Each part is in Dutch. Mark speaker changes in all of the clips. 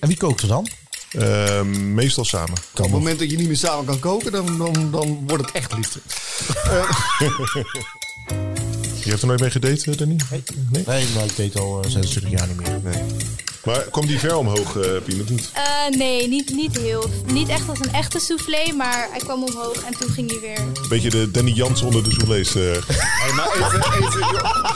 Speaker 1: En wie kookt er dan?
Speaker 2: Eh, meestal samen.
Speaker 1: Kan
Speaker 3: Op
Speaker 1: nog.
Speaker 3: het moment dat je niet meer samen kan koken, dan, dan, dan wordt het echt liefde. Eh.
Speaker 2: Je hebt er nooit mee gedate, eh, Danny? Nee.
Speaker 1: Nee, maar ik deed al eh, 26 jaar niet meer.
Speaker 2: Maar kwam die ver omhoog, eh Pien, of niet?
Speaker 4: Eh, nee, niet, niet heel. Niet echt als een echte soufflé, maar hij kwam omhoog en toen ging hij weer.
Speaker 2: Beetje de Danny Jans onder de soufflés. eh.
Speaker 3: Hey, maar even, even, joh.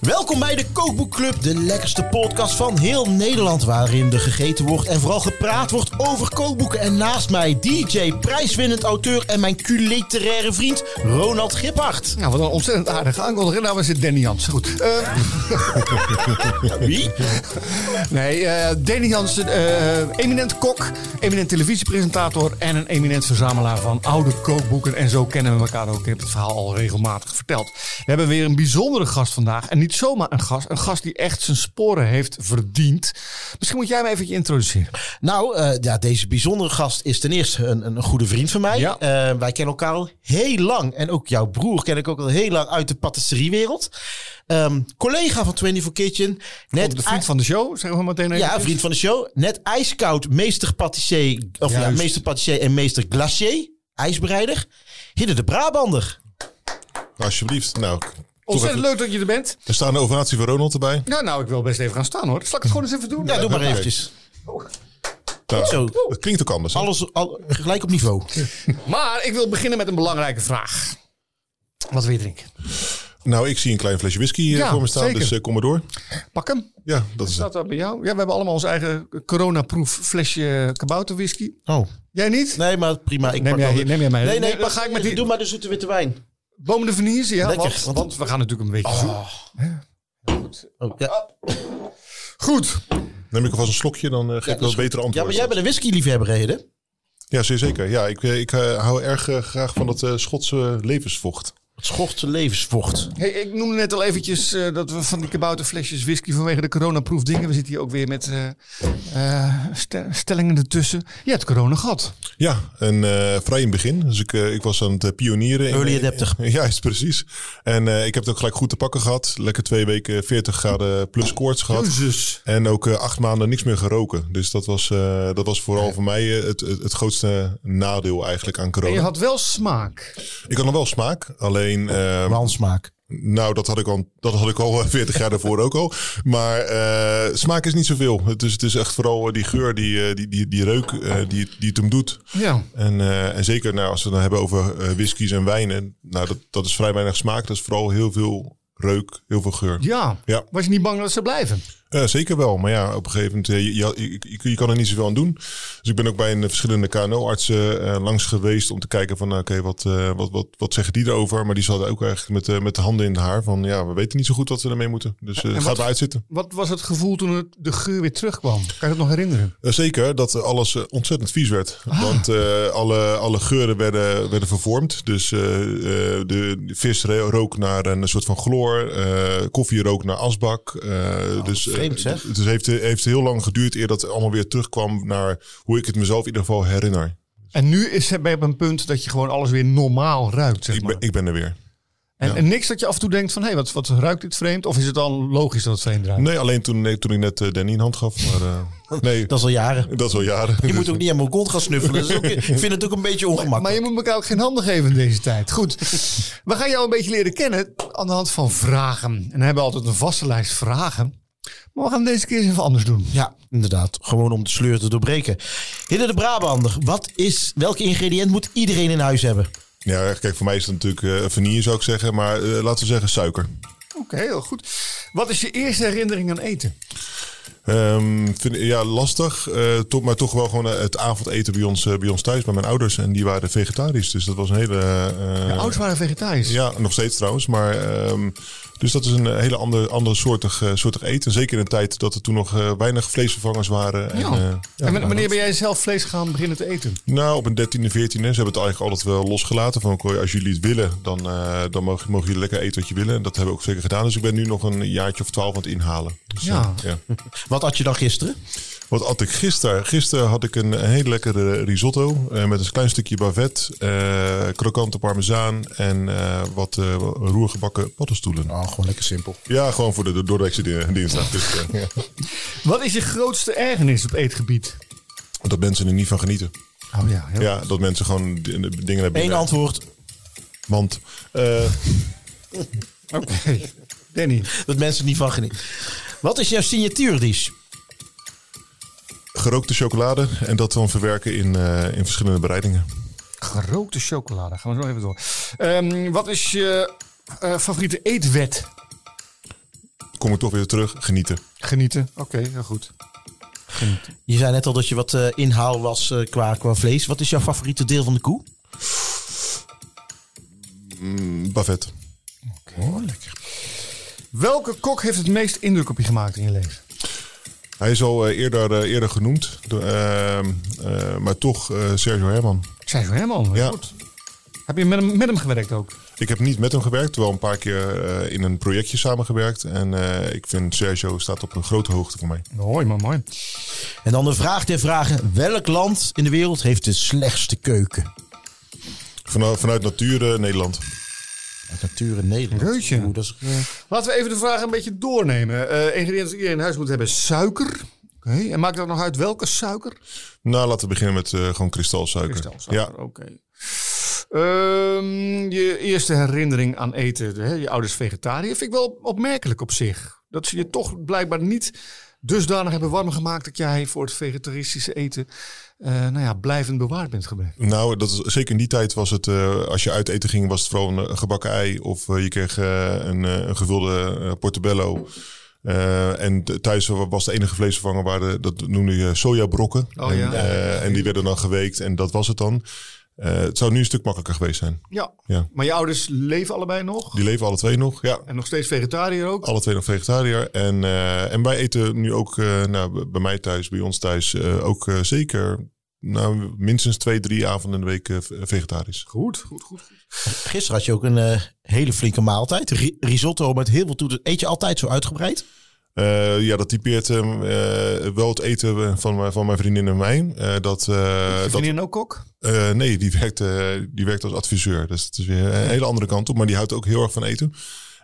Speaker 1: Welkom bij de Kookboekclub, de lekkerste podcast van heel Nederland. Waarin er gegeten wordt en vooral gepraat wordt over kookboeken. En naast mij DJ, prijswinnend auteur en mijn culiteraire vriend Ronald Giphart.
Speaker 3: Nou, wat een ontzettend aardige aankondiging. Nou, we zit Danny Jansen. Goed. Eh,
Speaker 1: Wie?
Speaker 3: nee, eh, Danny Jansen, eh, eminent kok, eminent televisiepresentator en een eminent verzamelaar van oude kookboeken. En zo kennen we elkaar ook. Ik heb het verhaal al regelmatig verteld. We hebben weer een bijzondere gast vandaag. En niet zomaar een gast. Een gast die echt zijn sporen heeft verdiend. Misschien moet jij hem even introduceren.
Speaker 1: Nou, eh, ja, deze bijzondere gast is ten eerste een, een goede vriend van mij.
Speaker 3: Ja.
Speaker 1: Eh, wij kennen elkaar al heel lang. En ook jouw broer ken ik ook al heel lang uit de patisseriewereld. Ehm, collega van 24 Kitchen. Net
Speaker 3: de vriend van de show, zeggen we meteen even.
Speaker 1: Ja, vriend van de show. Net ijskoud, meester patissier, of ja,
Speaker 3: Juist.
Speaker 1: meester patissier en meester glacier, ijsbereider. Hidde de Brabander.
Speaker 2: Alsjeblieft. Nou, toch even-
Speaker 3: Ontzettend leuk dat je er bent.
Speaker 2: er staat een ovatie van Ronald erbij.
Speaker 3: Nou, nou, ik wil best even gaan staan hoor. Zal ik het gewoon eens even doen?
Speaker 1: Ja, doe maar
Speaker 2: oké.
Speaker 1: eventjes.
Speaker 2: Nou,
Speaker 1: Zo.
Speaker 2: Het klinkt ook anders. hè?
Speaker 1: Alles al, gelijk op niveau.
Speaker 3: Maar ik wil beginnen met een belangrijke vraag. Wat wil je drinken?
Speaker 2: Nou, ik zie een klein flesje whisky eh,
Speaker 3: Ja,
Speaker 2: voor me staan,
Speaker 3: zeker.
Speaker 2: dus eh, kom maar door.
Speaker 3: Pak hem.
Speaker 2: Ja, dat is het.
Speaker 3: Staat dat bij jou? Ja, we hebben allemaal ons eigen coronaproof flesje kabouterwhisky.
Speaker 1: Oh.
Speaker 3: Jij niet?
Speaker 1: Nee, maar prima. Ik
Speaker 3: Neem
Speaker 1: pak
Speaker 3: jij-
Speaker 1: wel de-
Speaker 3: neem jij mij?
Speaker 1: Nee, nee,
Speaker 3: Nee, dan ga ik met die-
Speaker 1: Doe maar de zoete witte wijn.
Speaker 3: Bomen de verniers, ja.
Speaker 1: Lekker,
Speaker 3: Want,
Speaker 1: want-
Speaker 3: want we gaan natuurlijk een beetje zoeken.
Speaker 1: Oh, ja.
Speaker 3: Goed.
Speaker 2: Neem ik alvast een slokje, dan eh, geef ik wel
Speaker 1: dat is
Speaker 2: een betere
Speaker 1: ja,
Speaker 2: antwoord.
Speaker 1: maar jij bent een whisky-liefhebber, Hidde.
Speaker 2: Ja, zeer zeker. Ja, ik, eh, ik eh, hou erg eh, graag van dat eh, Schotse levensvocht.
Speaker 1: Het schortse levensvocht.
Speaker 3: Hey, ik noemde net al eventjes eh, dat we van die kabouterflesjes whisky vanwege de coronaproof dingen. We zitten hier ook weer met eh, eh, ste- stellingen ertussen. Je hebt corona gehad.
Speaker 2: Ja, en eh, vrij in het begin. Dus ik, eh, ik was aan het eh, pionieren. in-
Speaker 1: Early adapter.
Speaker 2: Ja, Juist, precies. En eh, ik heb het ook gelijk goed te pakken gehad. Lekker twee weken 40 graden plus koorts gehad.
Speaker 1: Dus.
Speaker 3: Jezus.
Speaker 2: En ook eh, acht maanden niks meer geroken. Dus dat was, eh, dat was vooral voor mij eh, het, het, het grootste nadeel eigenlijk aan
Speaker 3: En
Speaker 2: corona.
Speaker 3: je had wel smaak.
Speaker 2: Ik had nog wel smaak. Alleen, eh,
Speaker 1: Wansmaak.
Speaker 2: nou, dat had ik al, dat had ik al eh, 40 jaar daarvoor ook al. Maar eh, smaak is niet zoveel. Het is, het is echt vooral eh, die geur, die, eh, die, die, die reuk eh, die, het- die het hem doet.
Speaker 3: Ja.
Speaker 2: En, eh, en zeker nou, als we het dan hebben over eh, whiskies en wijnen. Nou, dat, dat is vrij weinig smaak. Dat is vooral heel veel reuk, heel veel geur.
Speaker 3: Ja.
Speaker 2: Ja.
Speaker 3: Was je niet bang dat ze blijven?
Speaker 2: Eh, zeker wel, maar ja, op een gegeven moment, eh, je, je, je, je kan er niet zoveel aan doen. Dus ik ben ook bij een verschillende KNO-artsen eh, langs geweest om te kijken van, nou, oké, wat, eh, wat, wat, wat zeggen die erover? Maar die zaten ook eigenlijk met, eh, met de handen in het haar van, ja, we weten niet zo goed wat we ermee moeten. Dus eh
Speaker 3: en
Speaker 2: gaat
Speaker 3: wat-
Speaker 2: maar uitzitten.
Speaker 3: Wat was het gevoel toen het, de geur weer terugkwam? Kan je dat nog herinneren?
Speaker 2: Eh, zeker dat eh, alles eh, ontzettend vies werd. Want eh, alle, alle geuren werden, werden vervormd. Dus eh, eh, de vis re- rook naar een soort van chloor. eh, koffie rook naar asbak. eh, dus eh,
Speaker 1: vreemd, zeg.
Speaker 2: d- dus heeft, heeft heel lang geduurd eer dat het allemaal weer terugkwam naar hoe ik het mezelf in ieder geval herinner.
Speaker 3: En nu is, ben je op een punt dat je gewoon alles weer normaal ruikt. Zeg
Speaker 2: Ik
Speaker 3: maar.
Speaker 2: ben, ik ben er weer.
Speaker 3: en,
Speaker 2: ja.
Speaker 3: en niks dat je af en toe denkt van, hé, wat, wat ruikt dit vreemd? Of is het dan logisch dat het vreemd ruikt?
Speaker 2: Nee, alleen toen, nee, toen ik net eh, Danny een hand gaf. Maar, eh, nee,
Speaker 1: Dat is al jaren.
Speaker 2: dat is al jaren.
Speaker 1: Je moet ook niet aan mijn kont gaan snuffelen. Dat is ook- ik vind het ook een beetje ongemakkelijk.
Speaker 3: Maar je moet elkaar ook geen handen geven in deze tijd. Goed, we gaan jou een beetje leren kennen aan de hand van vragen. En dan hebben we altijd een vaste lijst vragen. Maar we gaan deze keer eens even anders doen.
Speaker 1: Ja, inderdaad. Gewoon om de sleur te doorbreken. Hidde de Brabander, wat is, welk ingrediënt moet iedereen in huis hebben?
Speaker 2: Ja, kijk, voor mij is het natuurlijk eh vanille zou ik zeggen. Maar eh, laten we zeggen suiker.
Speaker 3: Oké, heel goed. Wat is je eerste herinnering aan eten?
Speaker 2: Ehm, vind, ja, lastig. eh, toch, maar toch wel gewoon eh, het avondeten bij ons, eh, bij ons thuis, bij mijn ouders. En die waren vegetarisch. Dus dat was een hele. eh,
Speaker 3: De ouders waren vegetarisch.
Speaker 2: ja, nog steeds trouwens. Maar, ehm, dus dat is een hele ander, ander soortig, eh, soortig eten. Zeker in een tijd dat er toen nog eh, weinig vleesvervangers waren. En,
Speaker 3: Ja.
Speaker 2: eh, ja,
Speaker 3: en
Speaker 2: maar-
Speaker 3: wanneer ben jij zelf vlees gaan beginnen te eten?
Speaker 2: nou, op een 13e, 14e. Ze hebben het eigenlijk altijd wel losgelaten. Van, "Oké, als jullie het willen, dan, eh, dan mogen, mogen jullie lekker eten wat je willen. En dat hebben we ook zeker gedaan. Dus ik ben nu nog een jaartje of twaalf aan het inhalen. Dus, eh,
Speaker 3: Ja.
Speaker 2: ja.
Speaker 1: Wat at je dan gisteren?
Speaker 2: Wat at ik gisteren? Gisteren had ik een, een hele lekkere risotto eh, met een klein stukje bavet, eh, krokante parmezaan en eh, wat eh, roergebakken paddenstoelen.
Speaker 1: Oh, gewoon lekker simpel.
Speaker 2: Ja, gewoon voor de, de doordekse di- dinsdag. Dus, eh, ja.
Speaker 3: Wat is je grootste ergernis op eetgebied?
Speaker 2: Dat mensen er niet van genieten.
Speaker 3: Oh ja, heel
Speaker 2: Ja, dat mensen gewoon di- dingen hebben.
Speaker 1: Eén antwoord.
Speaker 2: Want eh,
Speaker 3: Oké. Danny.
Speaker 1: Dat mensen er niet van genieten. Wat is jouw signatuurdish?
Speaker 2: gerookte chocolade en dat dan verwerken in, eh, in verschillende bereidingen.
Speaker 3: Gerookte chocolade. Gaan we zo even door. Ehm, wat is je eh, favoriete eetwet?
Speaker 2: Kom ik toch weer terug, genieten.
Speaker 3: Genieten. Oké, heel goed.
Speaker 1: Je zei net al dat je wat eh, inhaal was eh, qua, qua vlees. Wat is jouw favoriete deel van de koe?
Speaker 2: Mm, Bavet.
Speaker 3: Oh, Welke kok heeft het meest indruk op je gemaakt in je leven?
Speaker 2: Hij is al eh, eerder, eh, eerder genoemd, door, ehm, eh, maar toch eh, Sergio Herman.
Speaker 3: Sergio Herman.
Speaker 2: Ja.
Speaker 3: Goed. Heb je met hem, met hem gewerkt ook?
Speaker 2: Ik heb niet met hem gewerkt, wel een paar keer eh, in een projectje samengewerkt. En eh, ik vind Sergio staat op een grote hoogte voor mij.
Speaker 3: Mooi, maar mooi.
Speaker 1: En dan de vraag der vragen. Welk land in de wereld heeft de slechtste keuken?
Speaker 2: Vanuit, vanuit nature Nederland.
Speaker 1: Uit nature Nederland.
Speaker 3: Reutje.
Speaker 1: Oeh, dat is, eh,
Speaker 3: Laten we even de vraag een beetje doornemen. Eh ingrediënten die iedereen in huis moet hebben. Suiker. Oké. En maakt dat nog uit welke suiker?
Speaker 2: Nou, laten we beginnen met eh, gewoon kristalsuiker.
Speaker 3: Kristalsuiker,
Speaker 2: Ja,
Speaker 3: oké. Ehm, je eerste herinnering aan eten, hè, je ouders vegetariër, vind ik wel opmerkelijk op zich. Dat ze je toch blijkbaar niet dusdanig hebben warm gemaakt dat jij voor het vegetaristische eten eh, nou ja, blijvend bewaard bent gebleven.
Speaker 2: Nou, dat is, zeker in die tijd was het, eh, als je uit eten ging, was het vooral een eh, gebakken ei. Of eh, je kreeg eh, een, eh, een gevulde eh, portobello. Eh, en t- thuis was de enige vleesvervanger, waar de, dat noemde je sojabrokken.
Speaker 3: Oh,
Speaker 2: en,
Speaker 3: ja.
Speaker 2: eh, en die werden dan geweekt en dat was het dan. Eh, het zou nu een stuk makkelijker geweest zijn.
Speaker 3: Ja.
Speaker 2: Ja.
Speaker 3: Maar je ouders leven allebei nog?
Speaker 2: Die leven alle twee nog, ja.
Speaker 3: En nog steeds vegetariër ook?
Speaker 2: Alle twee nog vegetariër. En, eh, en wij eten nu ook, eh, nou, b- bij mij thuis, bij ons thuis, eh, ook eh, zeker nou, minstens twee, drie avonden in de week eh, v- vegetarisch.
Speaker 3: Goed, goed, goed. goed.
Speaker 1: Gisteren had je ook een eh, hele flinke maaltijd. Ri- risotto met heel veel toeters. Eet je altijd zo uitgebreid?
Speaker 2: Eh, ja, dat typeert hem, eh, wel het eten van, mijn- van mijn vriendin en mij. Eh, dat, eh,
Speaker 3: je
Speaker 2: dat,
Speaker 3: vriendin ook kok?
Speaker 2: eh, nee, die werkt, eh, die werkt als adviseur. Dus het is weer een hele andere kant op. Maar die houdt ook heel erg van eten.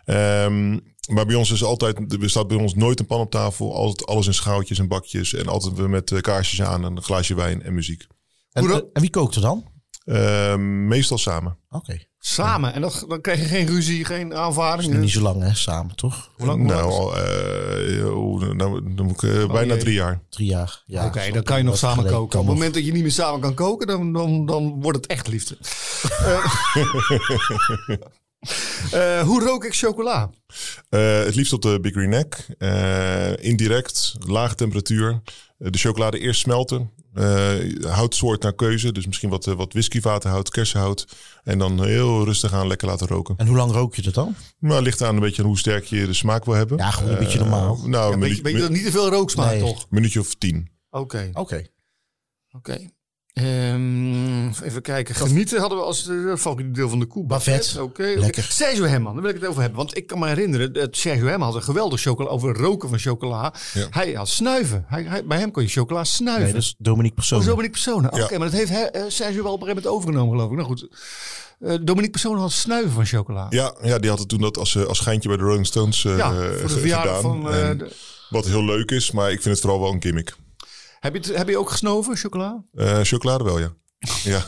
Speaker 2: Ehm, maar bij ons is altijd, er staat bij ons nooit een pan op tafel. Altijd alles in schaaltjes en bakjes. En altijd weer met eh, kaarsjes aan, en een glaasje wijn en muziek.
Speaker 1: En,
Speaker 3: Hoe dan?
Speaker 1: eh, en wie kookt er dan?
Speaker 2: Ehm, meestal samen.
Speaker 1: Oké.
Speaker 3: Samen. En dat, dan krijg je geen ruzie, geen
Speaker 1: Dat
Speaker 3: aanvaring.
Speaker 1: is nu niet zo lang, hè? Samen, toch?
Speaker 3: Hoe lang- hoe lang
Speaker 2: nou,
Speaker 3: is-
Speaker 2: al, eh, oh, nou, dan moet ik, eh, bijna
Speaker 3: jee.
Speaker 2: drie jaar.
Speaker 1: Drie jaar. Ja,
Speaker 3: Oké,
Speaker 1: zo
Speaker 3: dan kan je nog
Speaker 1: dat
Speaker 3: samen
Speaker 1: geleden
Speaker 3: koken.
Speaker 1: kan
Speaker 3: Op het
Speaker 1: nog.
Speaker 3: moment dat je niet meer samen kan koken, dan, dan, dan wordt het echt liefde. Eh, eh, hoe rook ik chocola?
Speaker 2: Eh, het liefst op de Big Green Egg. Eh, indirect, lage temperatuur. Eh, de chocolade eerst smelten. Eh, houtsoort naar keuze. Dus misschien wat, eh, wat whiskyvatenhout, kersenhout. En dan heel rustig aan lekker laten roken.
Speaker 1: En hoe lang rook je dat dan?
Speaker 2: Nou, ligt aan een beetje aan hoe sterk je de smaak wil hebben.
Speaker 1: Ja, gewoon een beetje
Speaker 2: Eh,
Speaker 1: normaal.
Speaker 2: nou,
Speaker 3: Ja,
Speaker 2: een
Speaker 3: weet, je-
Speaker 2: minuut-
Speaker 3: weet je dat niet te veel rook smaakt,
Speaker 1: Nee.
Speaker 3: toch?
Speaker 2: minuutje of tien.
Speaker 3: Oké,
Speaker 1: Oké.
Speaker 3: oké. Ehm, even kijken. Genieten hadden we als eh, favoriete deel van de koe.
Speaker 1: Bavet.
Speaker 3: Oké. oké.
Speaker 1: Lekker.
Speaker 3: Sergio Herman, daar wil ik het over hebben. Want ik kan me herinneren, dat Sergio Herman had een geweldig chocola over roken van chocola.
Speaker 2: Ja.
Speaker 3: Hij had snuiven. Hij, hij- bij hem kon je chocola snuiven.
Speaker 1: Nee, dat is Dominique Persoon.
Speaker 3: Oh, Dominique Persona. Oké,
Speaker 2: Ja.
Speaker 3: maar dat heeft hè, eh, Sergio wel op een gegeven moment overgenomen, geloof ik. Nou goed. Eh, Dominique Persona had snuiven van chocola.
Speaker 2: Ja, ja, die hadden toen dat als, eh, als schijntje bij de Rolling Stones eh,
Speaker 3: Ja,
Speaker 2: eh,
Speaker 3: voor de
Speaker 2: ge-
Speaker 3: verjaardag
Speaker 2: gedaan.
Speaker 3: van... eh,
Speaker 2: En
Speaker 3: de-
Speaker 2: Wat heel leuk is, maar ik vind het vooral wel een gimmick.
Speaker 3: heb, je het- heb je ook gesnoven, chocola?
Speaker 2: Eh, chocolade wel, ja. ja.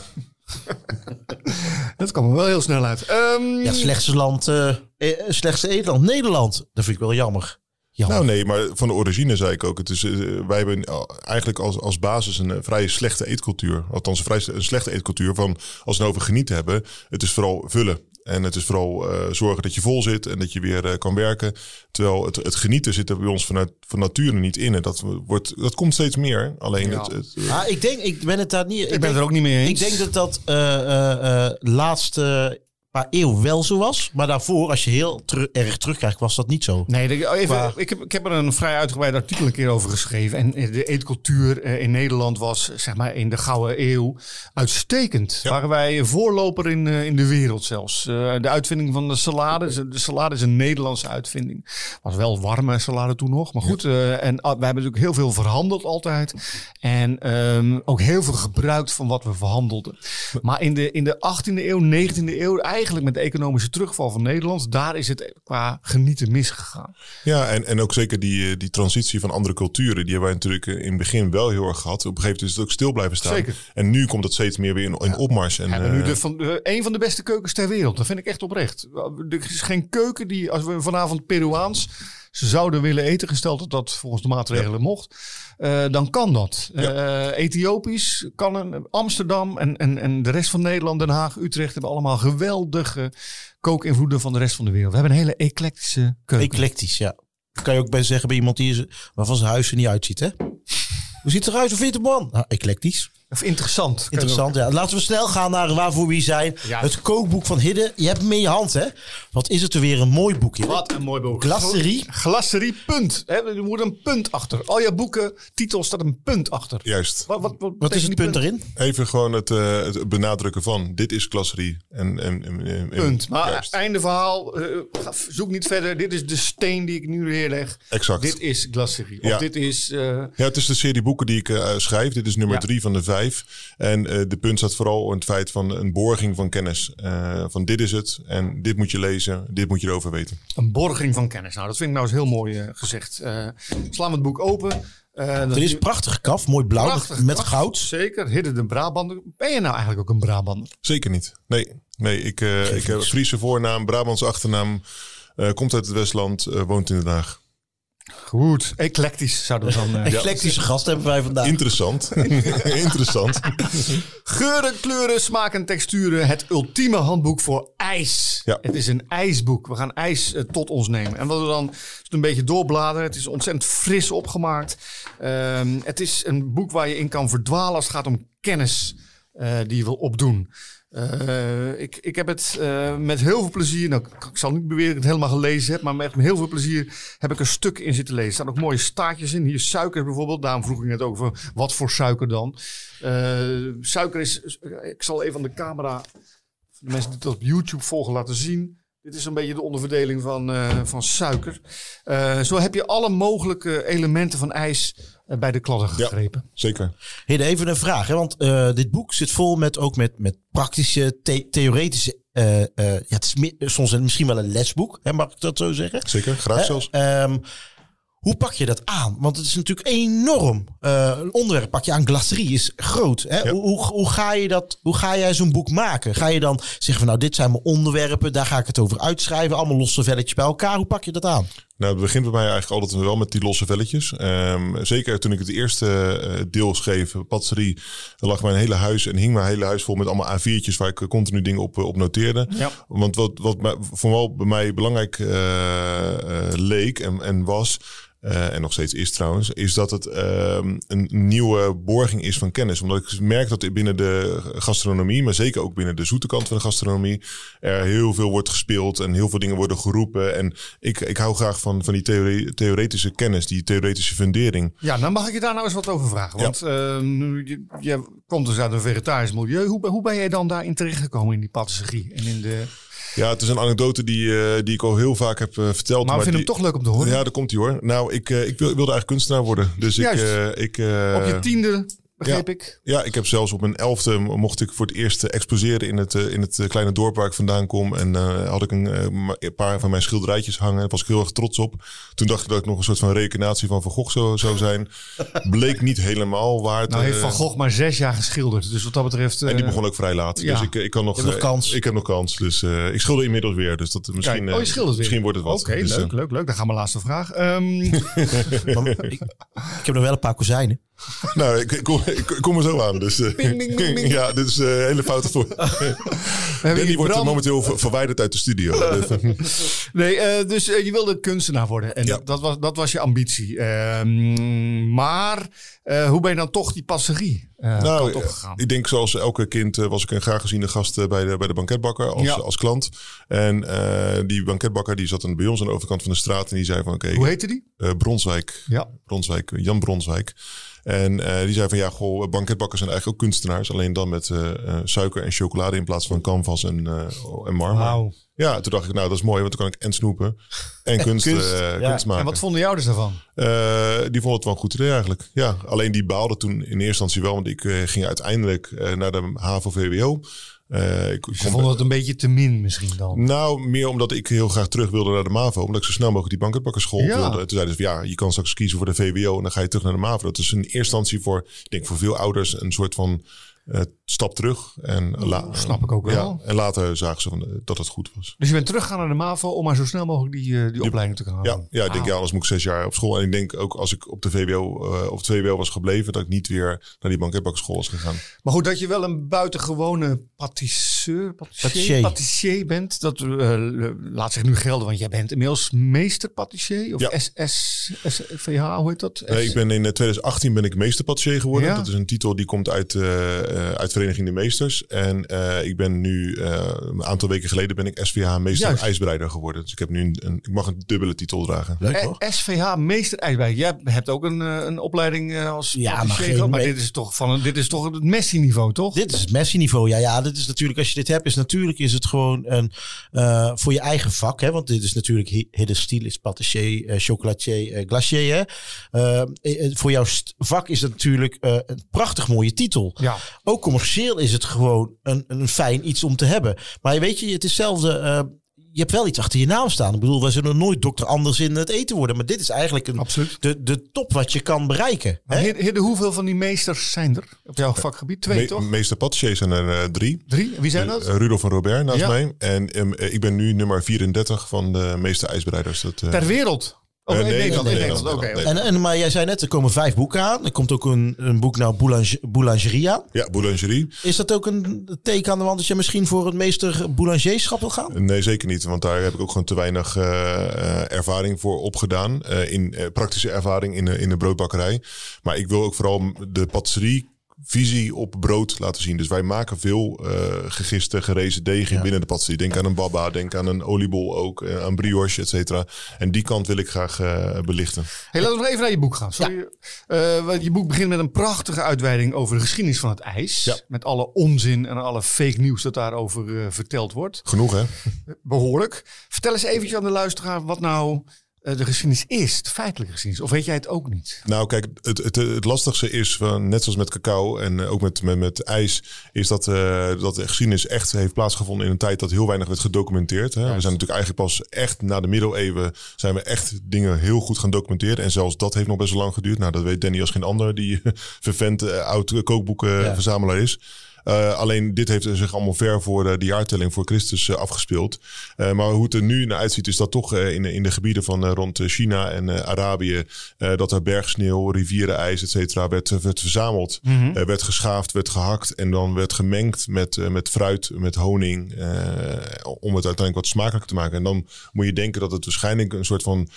Speaker 3: Dat kwam er wel heel snel uit. Ehm,
Speaker 1: Ja, slechtste land, eh, eh, slechtste eetland. Nederland. Dat vind ik wel jammer. Jammer.
Speaker 2: Nou nee, maar van de origine zei ik ook. Het is, eh, wij hebben eh, eigenlijk als, als basis een eh, vrij slechte eetcultuur. Althans, een vrij s- een slechte eetcultuur van als we nou over genieten hebben. Het is vooral vullen. En het is vooral eh, zorgen dat je vol zit en dat je weer eh, kan werken. Terwijl het, het genieten zit er bij ons vanuit, van nature niet in. En dat, wordt, dat komt steeds meer. Alleen
Speaker 3: Ja.
Speaker 2: het, het, eh,
Speaker 1: Ah, ik denk, ik ben het daar niet...
Speaker 3: ik ben het er ook niet mee eens.
Speaker 1: Ik denk dat dat eh, eh, eh, laatste paar eeuw wel zo was. Maar daarvoor, als je heel teru- erg terugkijkt, was dat niet zo.
Speaker 3: Nee, de- oh, even,
Speaker 1: Maar-
Speaker 3: ik, heb, ik heb er een vrij uitgebreid artikel een keer over geschreven. En eh, de eetcultuur eh, in Nederland was, zeg maar, in de Gouden Eeuw uitstekend.
Speaker 2: Ja.
Speaker 3: Waren wij voorloper in, eh, in de wereld zelfs. Eh, de uitvinding van de salade. De salade is een Nederlandse uitvinding. Was wel warme salade toen nog. Maar goed, eh, en ah, we hebben natuurlijk heel veel verhandeld altijd. En ehm, ook heel veel gebruikt van wat we verhandelden. Maar in de, in de 18e eeuw, 19e eeuw, eigenlijk met de economische terugval van Nederland, daar is het qua genieten misgegaan.
Speaker 2: Ja, en, en ook zeker die, eh, die transitie van andere culturen. Die hebben wij natuurlijk eh, in het begin wel heel erg gehad. Op een gegeven moment is het ook stil blijven staan.
Speaker 3: Zeker.
Speaker 2: En nu komt dat steeds meer weer in, in opmars. En,
Speaker 3: We hebben nu
Speaker 2: eh,
Speaker 3: de, van, de- een van de beste keukens ter wereld. Dat vind ik echt oprecht. Eh, Er is geen keuken die, als we vanavond Peruaans zouden willen eten, gesteld dat dat volgens de maatregelen mocht, eh, dan kan dat.
Speaker 2: Ja.
Speaker 3: Eh, Ethiopisch kan een, Amsterdam en, en, en de rest van Nederland, Den Haag, Utrecht hebben allemaal geweldige kookinvloeden van de rest van de wereld. We hebben een hele eclectische keuken.
Speaker 1: Eclectisch, ja. Dat kan je ook bij zeggen bij iemand die is, waarvan zijn huis er niet uitziet, hè? Hoe ziet het eruit? Hoe vindt het man? Nou, eclectisch.
Speaker 3: of interessant.
Speaker 1: Interessant, ja. Laten we snel gaan naar waarvoor we hier zijn.
Speaker 3: Ja.
Speaker 1: Het kookboek van Hidde. Je hebt hem in je hand, hè? Wat is het er weer een mooi boekje.
Speaker 3: Wat een mooi boek.
Speaker 1: Glasserie.
Speaker 3: Glasserie, punt. Hè, Er moet een punt achter. Al je boeken, titels, staat een punt achter.
Speaker 2: Juist.
Speaker 3: Wat, wat, wat,
Speaker 1: Wat is het
Speaker 3: die
Speaker 1: punt erin?
Speaker 2: Even gewoon het, eh, het benadrukken van dit is klasserie. En, en, en, en-
Speaker 3: Punt. Maar
Speaker 2: juist.
Speaker 3: einde verhaal. eh, ga- zoek niet verder. Dit is de steen die ik nu neerleg.
Speaker 2: Exact.
Speaker 3: Dit is glasserie. Of
Speaker 2: Ja.
Speaker 3: dit is... eh,
Speaker 2: Ja, het is de serie boeken die ik eh, schrijf. Dit is nummer
Speaker 3: Ja.
Speaker 2: drie van de vijf. En eh, de punt staat vooral in het feit van een borging van kennis. Eh, van dit is het en dit moet je lezen, dit moet je erover weten.
Speaker 3: een borging van kennis. Nou, dat vind ik nou eens heel mooi eh, gezegd. Eh, slaan we het boek open. Eh dat
Speaker 1: Het is prachtig kaf, mooi blauw, met
Speaker 3: prachtig.
Speaker 1: goud.
Speaker 3: Zeker. Hidden de Brabander. Ben je nou eigenlijk ook een Brabander?
Speaker 2: Zeker niet. Nee, nee ik, eh, ik heb Friese voornaam, Brabants achternaam. eh, komt uit het Westland, eh, woont in Den Haag.
Speaker 3: Goed. Eclectisch zouden we dan... eh,
Speaker 1: Eclectische gast hebben wij vandaag.
Speaker 2: Interessant. Interessant.
Speaker 3: Geuren, kleuren, smaken, texturen. Het ultieme handboek voor ijs.
Speaker 2: Ja.
Speaker 3: Het is een ijsboek. We gaan ijs eh, tot ons nemen. En wat we dan als we het een beetje doorbladeren. Het is ontzettend fris opgemaakt. Ehm, het is een boek waar je in kan verdwalen als het gaat om kennis eh, die je wil opdoen. Eh, ik, ik heb het eh, met heel veel plezier. Nou, ik, ik zal niet beweren dat ik het helemaal gelezen heb, maar met heel veel plezier heb ik er stuk in zitten lezen. Er staan ook mooie staartjes in. Hier suiker bijvoorbeeld. Daarom vroeg ik net ook van wat voor suiker dan. Eh, suiker is. Ik zal even aan de camera. voor De mensen die dat op YouTube volgen laten zien. Dit is een beetje de onderverdeling van, eh, van suiker. Eh, zo heb je alle mogelijke elementen van ijs eh, bij de kladden
Speaker 2: Ja.
Speaker 3: gegrepen.
Speaker 2: Zeker.
Speaker 1: Hidde, even een vraag. Hè? Want eh, dit boek zit vol met ook met, met praktische, the- theoretische. eh, eh, ja, het is meer- soms een- misschien wel een lesboek, hè, mag ik dat zo zeggen?
Speaker 2: Zeker. Graag
Speaker 1: Hè,
Speaker 2: zelfs.
Speaker 1: ehm, hoe pak je dat aan? Want het is natuurlijk enorm. eh, een onderwerp pak je aan. Glacerie is groot. Hè?
Speaker 2: Ja.
Speaker 1: Hoe, hoe, hoe ga je dat, hoe ga jij zo'n boek maken? Ga je dan zeggen van nou, dit zijn mijn onderwerpen, daar ga ik het over uitschrijven. Allemaal losse velletjes bij elkaar. Hoe pak je dat aan?
Speaker 2: Nou, het begint bij mij eigenlijk altijd wel met die losse velletjes. Ehm, zeker toen ik het eerste eh, deel schreef, eh, patisserie, lag mijn hele huis en hing mijn hele huis vol met allemaal A4'tjes waar ik eh, continu dingen op, eh, op noteerde.
Speaker 3: Ja.
Speaker 2: Want wat, wat mij- vooral bij mij belangrijk eh, eh, leek en, en was, eh, en nog steeds is trouwens, is dat het ehm, een nieuwe borging is van kennis. Omdat ik merk dat binnen de gastronomie, maar zeker ook binnen de zoete kant van de gastronomie, er heel veel wordt gespeeld en heel veel dingen worden geroepen. En ik, ik hou graag van, van die theore- theoretische kennis, die theoretische fundering.
Speaker 3: Ja, dan mag ik je daar nou eens wat over vragen.
Speaker 2: Ja.
Speaker 3: Want eh, nu- je, je komt dus uit een vegetarisch milieu. Hoe, ben- hoe ben jij dan daarin terechtgekomen in die patisserie? En in de...
Speaker 2: Ja, het is een anekdote die, eh, die ik al heel vaak heb eh, verteld.
Speaker 3: Maar we vinden
Speaker 2: die-
Speaker 3: hem toch leuk om te horen.
Speaker 2: Ja, daar komt hij hoor. Nou, ik, eh, ik wil, wilde eigenlijk kunstenaar worden. Dus ik...
Speaker 3: Juist.
Speaker 2: eh, ik eh,
Speaker 3: Op je tiende, begreep ik.
Speaker 2: Ja, ik heb zelfs op mijn elfde mocht ik voor het eerst eh, exposeren in het, eh, in het eh, kleine dorp waar ik vandaan kom. En eh, had ik een, eh, ma- een paar van mijn schilderijtjes hangen. Daar was ik heel erg trots op. Toen dacht ik dat ik nog een soort van rekenatie van Van Gogh zou, zou zijn. Bleek niet helemaal waar. het,
Speaker 3: Nou heeft
Speaker 2: eh,
Speaker 3: Van Gogh maar zes jaar geschilderd. Dus wat dat betreft...
Speaker 2: en die
Speaker 3: eh,
Speaker 2: begon ook vrij laat.
Speaker 3: ja.
Speaker 2: Dus ik, eh, ik kan nog,
Speaker 1: Je hebt nog
Speaker 2: eh,
Speaker 1: kans.
Speaker 2: Ik heb nog kans. Dus eh, ik schilder inmiddels weer. Dus dat eh, misschien,
Speaker 3: Kijk,
Speaker 2: eh,
Speaker 3: oh, je schildert weer.
Speaker 2: misschien wordt het wat.
Speaker 3: Oké,
Speaker 2: Dus, eh,
Speaker 3: leuk, leuk, leuk. Dan gaan we laatste vraag. Ehm,
Speaker 1: Want ik, ik heb nog wel een paar kozijnen.
Speaker 2: Nou, ik, ik, kom, ik, ik kom er zo aan. Dus, eh,
Speaker 3: Ping, ping, ping, ping.
Speaker 2: Ja, dit is eh, een hele foute voor. Danny
Speaker 3: hier
Speaker 2: wordt eh,
Speaker 3: Bram.
Speaker 2: momenteel ver- verwijderd uit de studio. dus,
Speaker 3: Nee, eh, dus eh, je wilde kunstenaar worden. En
Speaker 2: Ja.
Speaker 3: dat, dat, was, dat was je ambitie. Ehm, maar eh, hoe ben je dan toch die passerie eh
Speaker 2: nou,
Speaker 3: kant opgegaan?
Speaker 2: ik denk zoals elke kind eh, was ik een graag geziene gast eh, bij de, bij de banketbakker als,
Speaker 3: Ja.
Speaker 2: als klant. En eh, die banketbakker die zat dan bij ons aan de overkant van de straat en die zei van oké,
Speaker 3: hoe heette die?
Speaker 2: eh, Bronswijk.
Speaker 3: Ja.
Speaker 2: Bronswijk, Jan Bronswijk. En eh, die zei van ja, goh, banketbakkers zijn eigenlijk ook kunstenaars. Alleen dan met eh, eh, suiker en chocolade in plaats van canvas en, eh, en marmer.
Speaker 3: Wauw.
Speaker 2: Ja, toen dacht ik nou, dat is mooi, want dan kan ik en snoepen en kunst,
Speaker 3: kunst,
Speaker 2: eh,
Speaker 1: ja.
Speaker 2: kunst maken.
Speaker 3: En wat vonden jou dus daarvan?
Speaker 2: Eh, die vond het wel een goed idee eigenlijk. Ja, alleen die baalde toen in eerste instantie wel, want ik eh, ging uiteindelijk eh, naar de HAVO-VWO. Eh, ik
Speaker 3: Ze
Speaker 2: kon-
Speaker 3: vonden het een beetje te min misschien dan.
Speaker 2: nou, meer omdat ik heel graag terug wilde naar de MAVO. Omdat ik zo snel mogelijk die banketbakkerschool
Speaker 3: Ja.
Speaker 2: wilde. Toen zeiden ze, van, ja, je kan straks kiezen voor de VWO en dan ga je terug naar de MAVO. Dat is in eerste instantie voor, ik denk voor veel ouders, een soort van eh, stap terug. En la-
Speaker 3: Oh, Snap ik ook wel.
Speaker 2: Ja, en later zagen ze van, eh, dat het goed was.
Speaker 3: Dus je bent teruggegaan naar de MAVO om maar zo snel mogelijk die, eh, die opleiding te gaan
Speaker 2: Ja,
Speaker 3: halen.
Speaker 2: ja ik denk
Speaker 3: Ah.
Speaker 2: ja, anders moet ik zes jaar op school. En ik denk ook als ik op de VWO eh, of het VWO was gebleven, dat ik niet weer naar die banketbakkerschool was gegaan.
Speaker 3: Maar goed, dat je wel een buitengewone patisseur, patissier,
Speaker 1: Patissier.
Speaker 3: patissier bent, dat eh, laat zich nu gelden, want jij bent inmiddels meester patissier of
Speaker 2: Ja.
Speaker 3: SS, SVH, hoe heet dat?
Speaker 2: Nee, ik ben in eh, 2018 ben ik meesterpatissier geworden.
Speaker 3: Ja.
Speaker 2: Dat is een titel die komt uit, eh, eh, uit Vereniging de Meesters. En eh, ik ben nu, eh, een aantal weken geleden ben ik SVH meester
Speaker 3: Juist.
Speaker 2: ijsbreider geworden. Dus ik heb nu een, een- ik mag een dubbele titel dragen.
Speaker 1: Leuk
Speaker 3: Eh,
Speaker 1: hoor.
Speaker 3: SVH Meester IJsberg. Jij hebt ook een, eh, een opleiding eh, als
Speaker 1: Ja, maar
Speaker 3: patissier
Speaker 1: geen
Speaker 3: gehad, maar
Speaker 1: me-
Speaker 3: dit is toch van een- dit is toch het Messi-niveau, toch?
Speaker 1: Dit is het Messi-niveau. Ja, ja, dit is natuurlijk, als je dit hebt, is natuurlijk is het gewoon een, eh, voor je eigen vak. Hè? Want dit is natuurlijk hi- hidden style, is patissier, eh, chocolatier, eh, glacier. Hè? Eh, eh, voor jouw st- vak is dat natuurlijk eh, een prachtig mooie titel.
Speaker 3: Ja.
Speaker 1: Ook commercieel is het gewoon een, een fijn iets om te hebben. Maar weet je, het is hetzelfde. eh, je hebt wel iets achter je naam staan. Ik bedoel, wij zullen nooit dokter anders in het eten worden. Maar dit is eigenlijk een,
Speaker 3: Absoluut.
Speaker 1: de, de top wat je kan bereiken. Hè?
Speaker 3: Hidde, Hidde, hoeveel van die meesters zijn er op jouw vakgebied? Twee, toch?
Speaker 2: Meesterpatissiers zijn er eh, drie.
Speaker 3: Drie? Wie zijn dat?
Speaker 2: Eh, Rudolf van Robert naast
Speaker 3: Ja.
Speaker 2: mij. En ehm, eh, ik ben nu nummer 34 van de meeste ijsbreiders. Dat, eh,
Speaker 3: Ter wereld? Oh,
Speaker 2: Eh,
Speaker 3: in
Speaker 2: nee,
Speaker 3: Nederland. In
Speaker 2: nee,
Speaker 3: Nederland,
Speaker 2: nee,
Speaker 3: oké.
Speaker 2: nee.
Speaker 1: En, en, maar jij zei net, er komen vijf boeken aan. Er komt ook een, een boek naar Boulange- Boulangerie aan.
Speaker 2: ja, boulangerie.
Speaker 1: Is dat ook een teken aan de wand dat je misschien voor het meester boulangerschap wil gaan?
Speaker 2: Nee, zeker niet. Want daar heb ik ook gewoon te weinig eh, eh, ervaring voor opgedaan. eh, in, eh, praktische ervaring in, de- in de broodbakkerij. Maar ik wil ook vooral de patisserie visie op brood laten zien. Dus wij maken veel eh gegiste, gerezen degen
Speaker 1: Ja.
Speaker 2: binnen de patisserie. Denk aan een baba, denk aan een oliebol ook, eh, aan brioche, et cetera. En die kant wil ik graag eh, belichten.
Speaker 3: Hey, laten we nog even naar je boek gaan. Sorry. Eh, want je boek begint met een prachtige uitweiding over de geschiedenis van het ijs.
Speaker 2: Ja.
Speaker 3: Met alle onzin en alle fake nieuws dat daarover eh, verteld wordt.
Speaker 2: Genoeg, hè?
Speaker 3: Behoorlijk. Vertel eens eventjes aan de luisteraar wat nou eh, de geschiedenis is. De feitelijke geschiedenis. Of weet jij het ook niet?
Speaker 2: Nou, kijk, het, het, het lastigste is, van, net zoals met cacao en eh, ook met, met, met ijs, is dat, eh, dat de geschiedenis echt heeft plaatsgevonden in een tijd dat heel weinig werd gedocumenteerd. Hè. We zijn natuurlijk eigenlijk pas echt na de middeleeuwen zijn we echt dingen heel goed gaan documenteren. En zelfs dat heeft nog best wel lang geduurd. Nou, dat weet Danny als geen ander, die vervent eh, oud kookboekenverzamelaar is. Eh, alleen dit heeft zich allemaal ver voor eh, de jaartelling voor Christus eh, afgespeeld. Eh, maar hoe het er nu naar uitziet, is dat toch eh, in, in de gebieden van eh, rond eh, China en eh, Arabië. eh, dat er bergsneeuw, rivierenijs, et cetera, werd, eh, werd verzameld. eh, werd geschaafd, werd gehakt en dan werd gemengd met, eh, met fruit, met honing. eh, om het uiteindelijk wat smakelijker te maken. En dan moet je denken dat het waarschijnlijk een soort van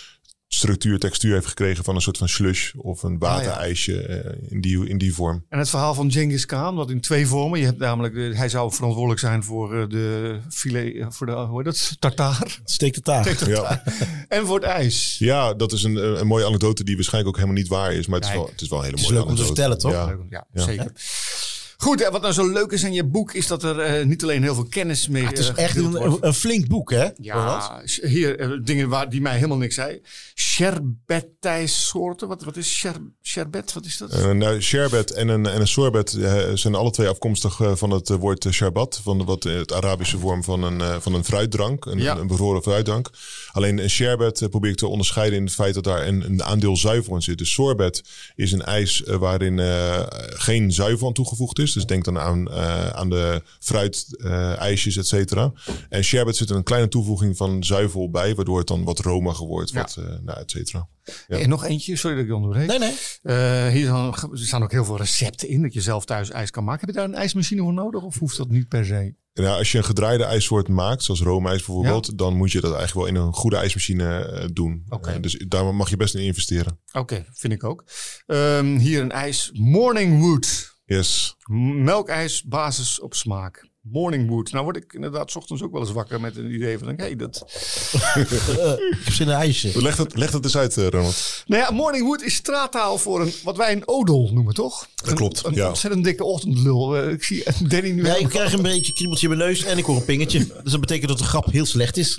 Speaker 2: structuur, textuur heeft gekregen van een soort van slush of een waterijsje eh, in, die, in die vorm.
Speaker 3: En het verhaal van Genghis Khan, dat in twee vormen. Je hebt namelijk, eh, hij zou verantwoordelijk zijn voor eh, de filet, eh, voor de, hoe heet dat? Tartaar.
Speaker 1: Steek de taart.
Speaker 2: Ja.
Speaker 3: En voor het ijs.
Speaker 2: Ja, dat is een, een mooie anekdote die waarschijnlijk ook helemaal niet waar is. Maar het is
Speaker 3: Kijk.
Speaker 2: wel, het is wel een hele
Speaker 1: is
Speaker 2: mooie
Speaker 1: leuk om te
Speaker 2: anekdote.
Speaker 1: vertellen,
Speaker 2: Ja.
Speaker 3: Ja, zeker. Goed, en wat nou zo leuk is aan je boek is dat er eh, niet alleen heel veel kennis mee
Speaker 1: Ah, Het is
Speaker 3: eh,
Speaker 1: echt
Speaker 3: gedeeld wordt.
Speaker 1: een, een flink boek, hè? Ronald?
Speaker 3: ja, hier eh, dingen waar, die mij helemaal niks zei. Sherbetijsoorten, wat, wat is sher, sherbet? Wat is dat?
Speaker 2: Eh, nou, sherbet en een, en een sorbet eh, zijn alle twee afkomstig eh, van het eh, woord eh, sharbat. Van de, wat, eh, het Arabische vorm van een, eh, van een fruitdrank. Een,
Speaker 3: Ja.
Speaker 2: een bevroren fruitdrank. Alleen een sherbet eh, probeer ik te onderscheiden in het feit dat daar een, een aandeel zuivel in zit. Dus sorbet is een ijs eh, waarin eh, geen zuivel aan toegevoegd is. Dus denk dan aan, eh, aan de fruitijsjes, ijsjes et cetera. En sherbet zit er een kleine toevoeging van zuivel bij. Waardoor het dan wat romiger wordt.
Speaker 3: Ja.
Speaker 2: Wat, eh, nou, het et cetera. Ja.
Speaker 3: En nog eentje, sorry dat ik je onderbreek.
Speaker 1: Nee, nee.
Speaker 3: Eh, hier dan- er staan ook heel veel recepten in dat je zelf thuis ijs kan maken. Heb je daar een ijsmachine voor nodig of hoeft dat niet per se?
Speaker 2: En ja, als je een gedraaide ijssoort maakt, zoals roomijs bijvoorbeeld, dan moet je dat eigenlijk wel in een goede ijsmachine eh, doen.
Speaker 3: Oké.
Speaker 2: Eh, dus daar mag je best in investeren.
Speaker 3: Oké, vind ik ook. Ehm, hier een ijs Morningwood.
Speaker 2: Yes.
Speaker 3: Melkijs basis op smaak. Morningwood. Nou word ik inderdaad 's ochtends ook wel eens wakker met een idee van, hé, hey, dat,
Speaker 1: Eh, ik heb zin in een ijsje.
Speaker 2: Leg dat, leg dat eens uit, eh, Ronald.
Speaker 3: Nou ja, morningwood is straattaal voor een, wat wij een odel noemen, toch? Dat
Speaker 2: klopt,
Speaker 3: Een,
Speaker 2: ja.
Speaker 3: ontzettend dikke ochtendlul. Eh, Ik zie Danny nu...
Speaker 1: Ja, ik krijg een beetje kriebeltje in mijn neus en ik hoor een pingetje. Dus dat betekent dat de grap heel slecht is.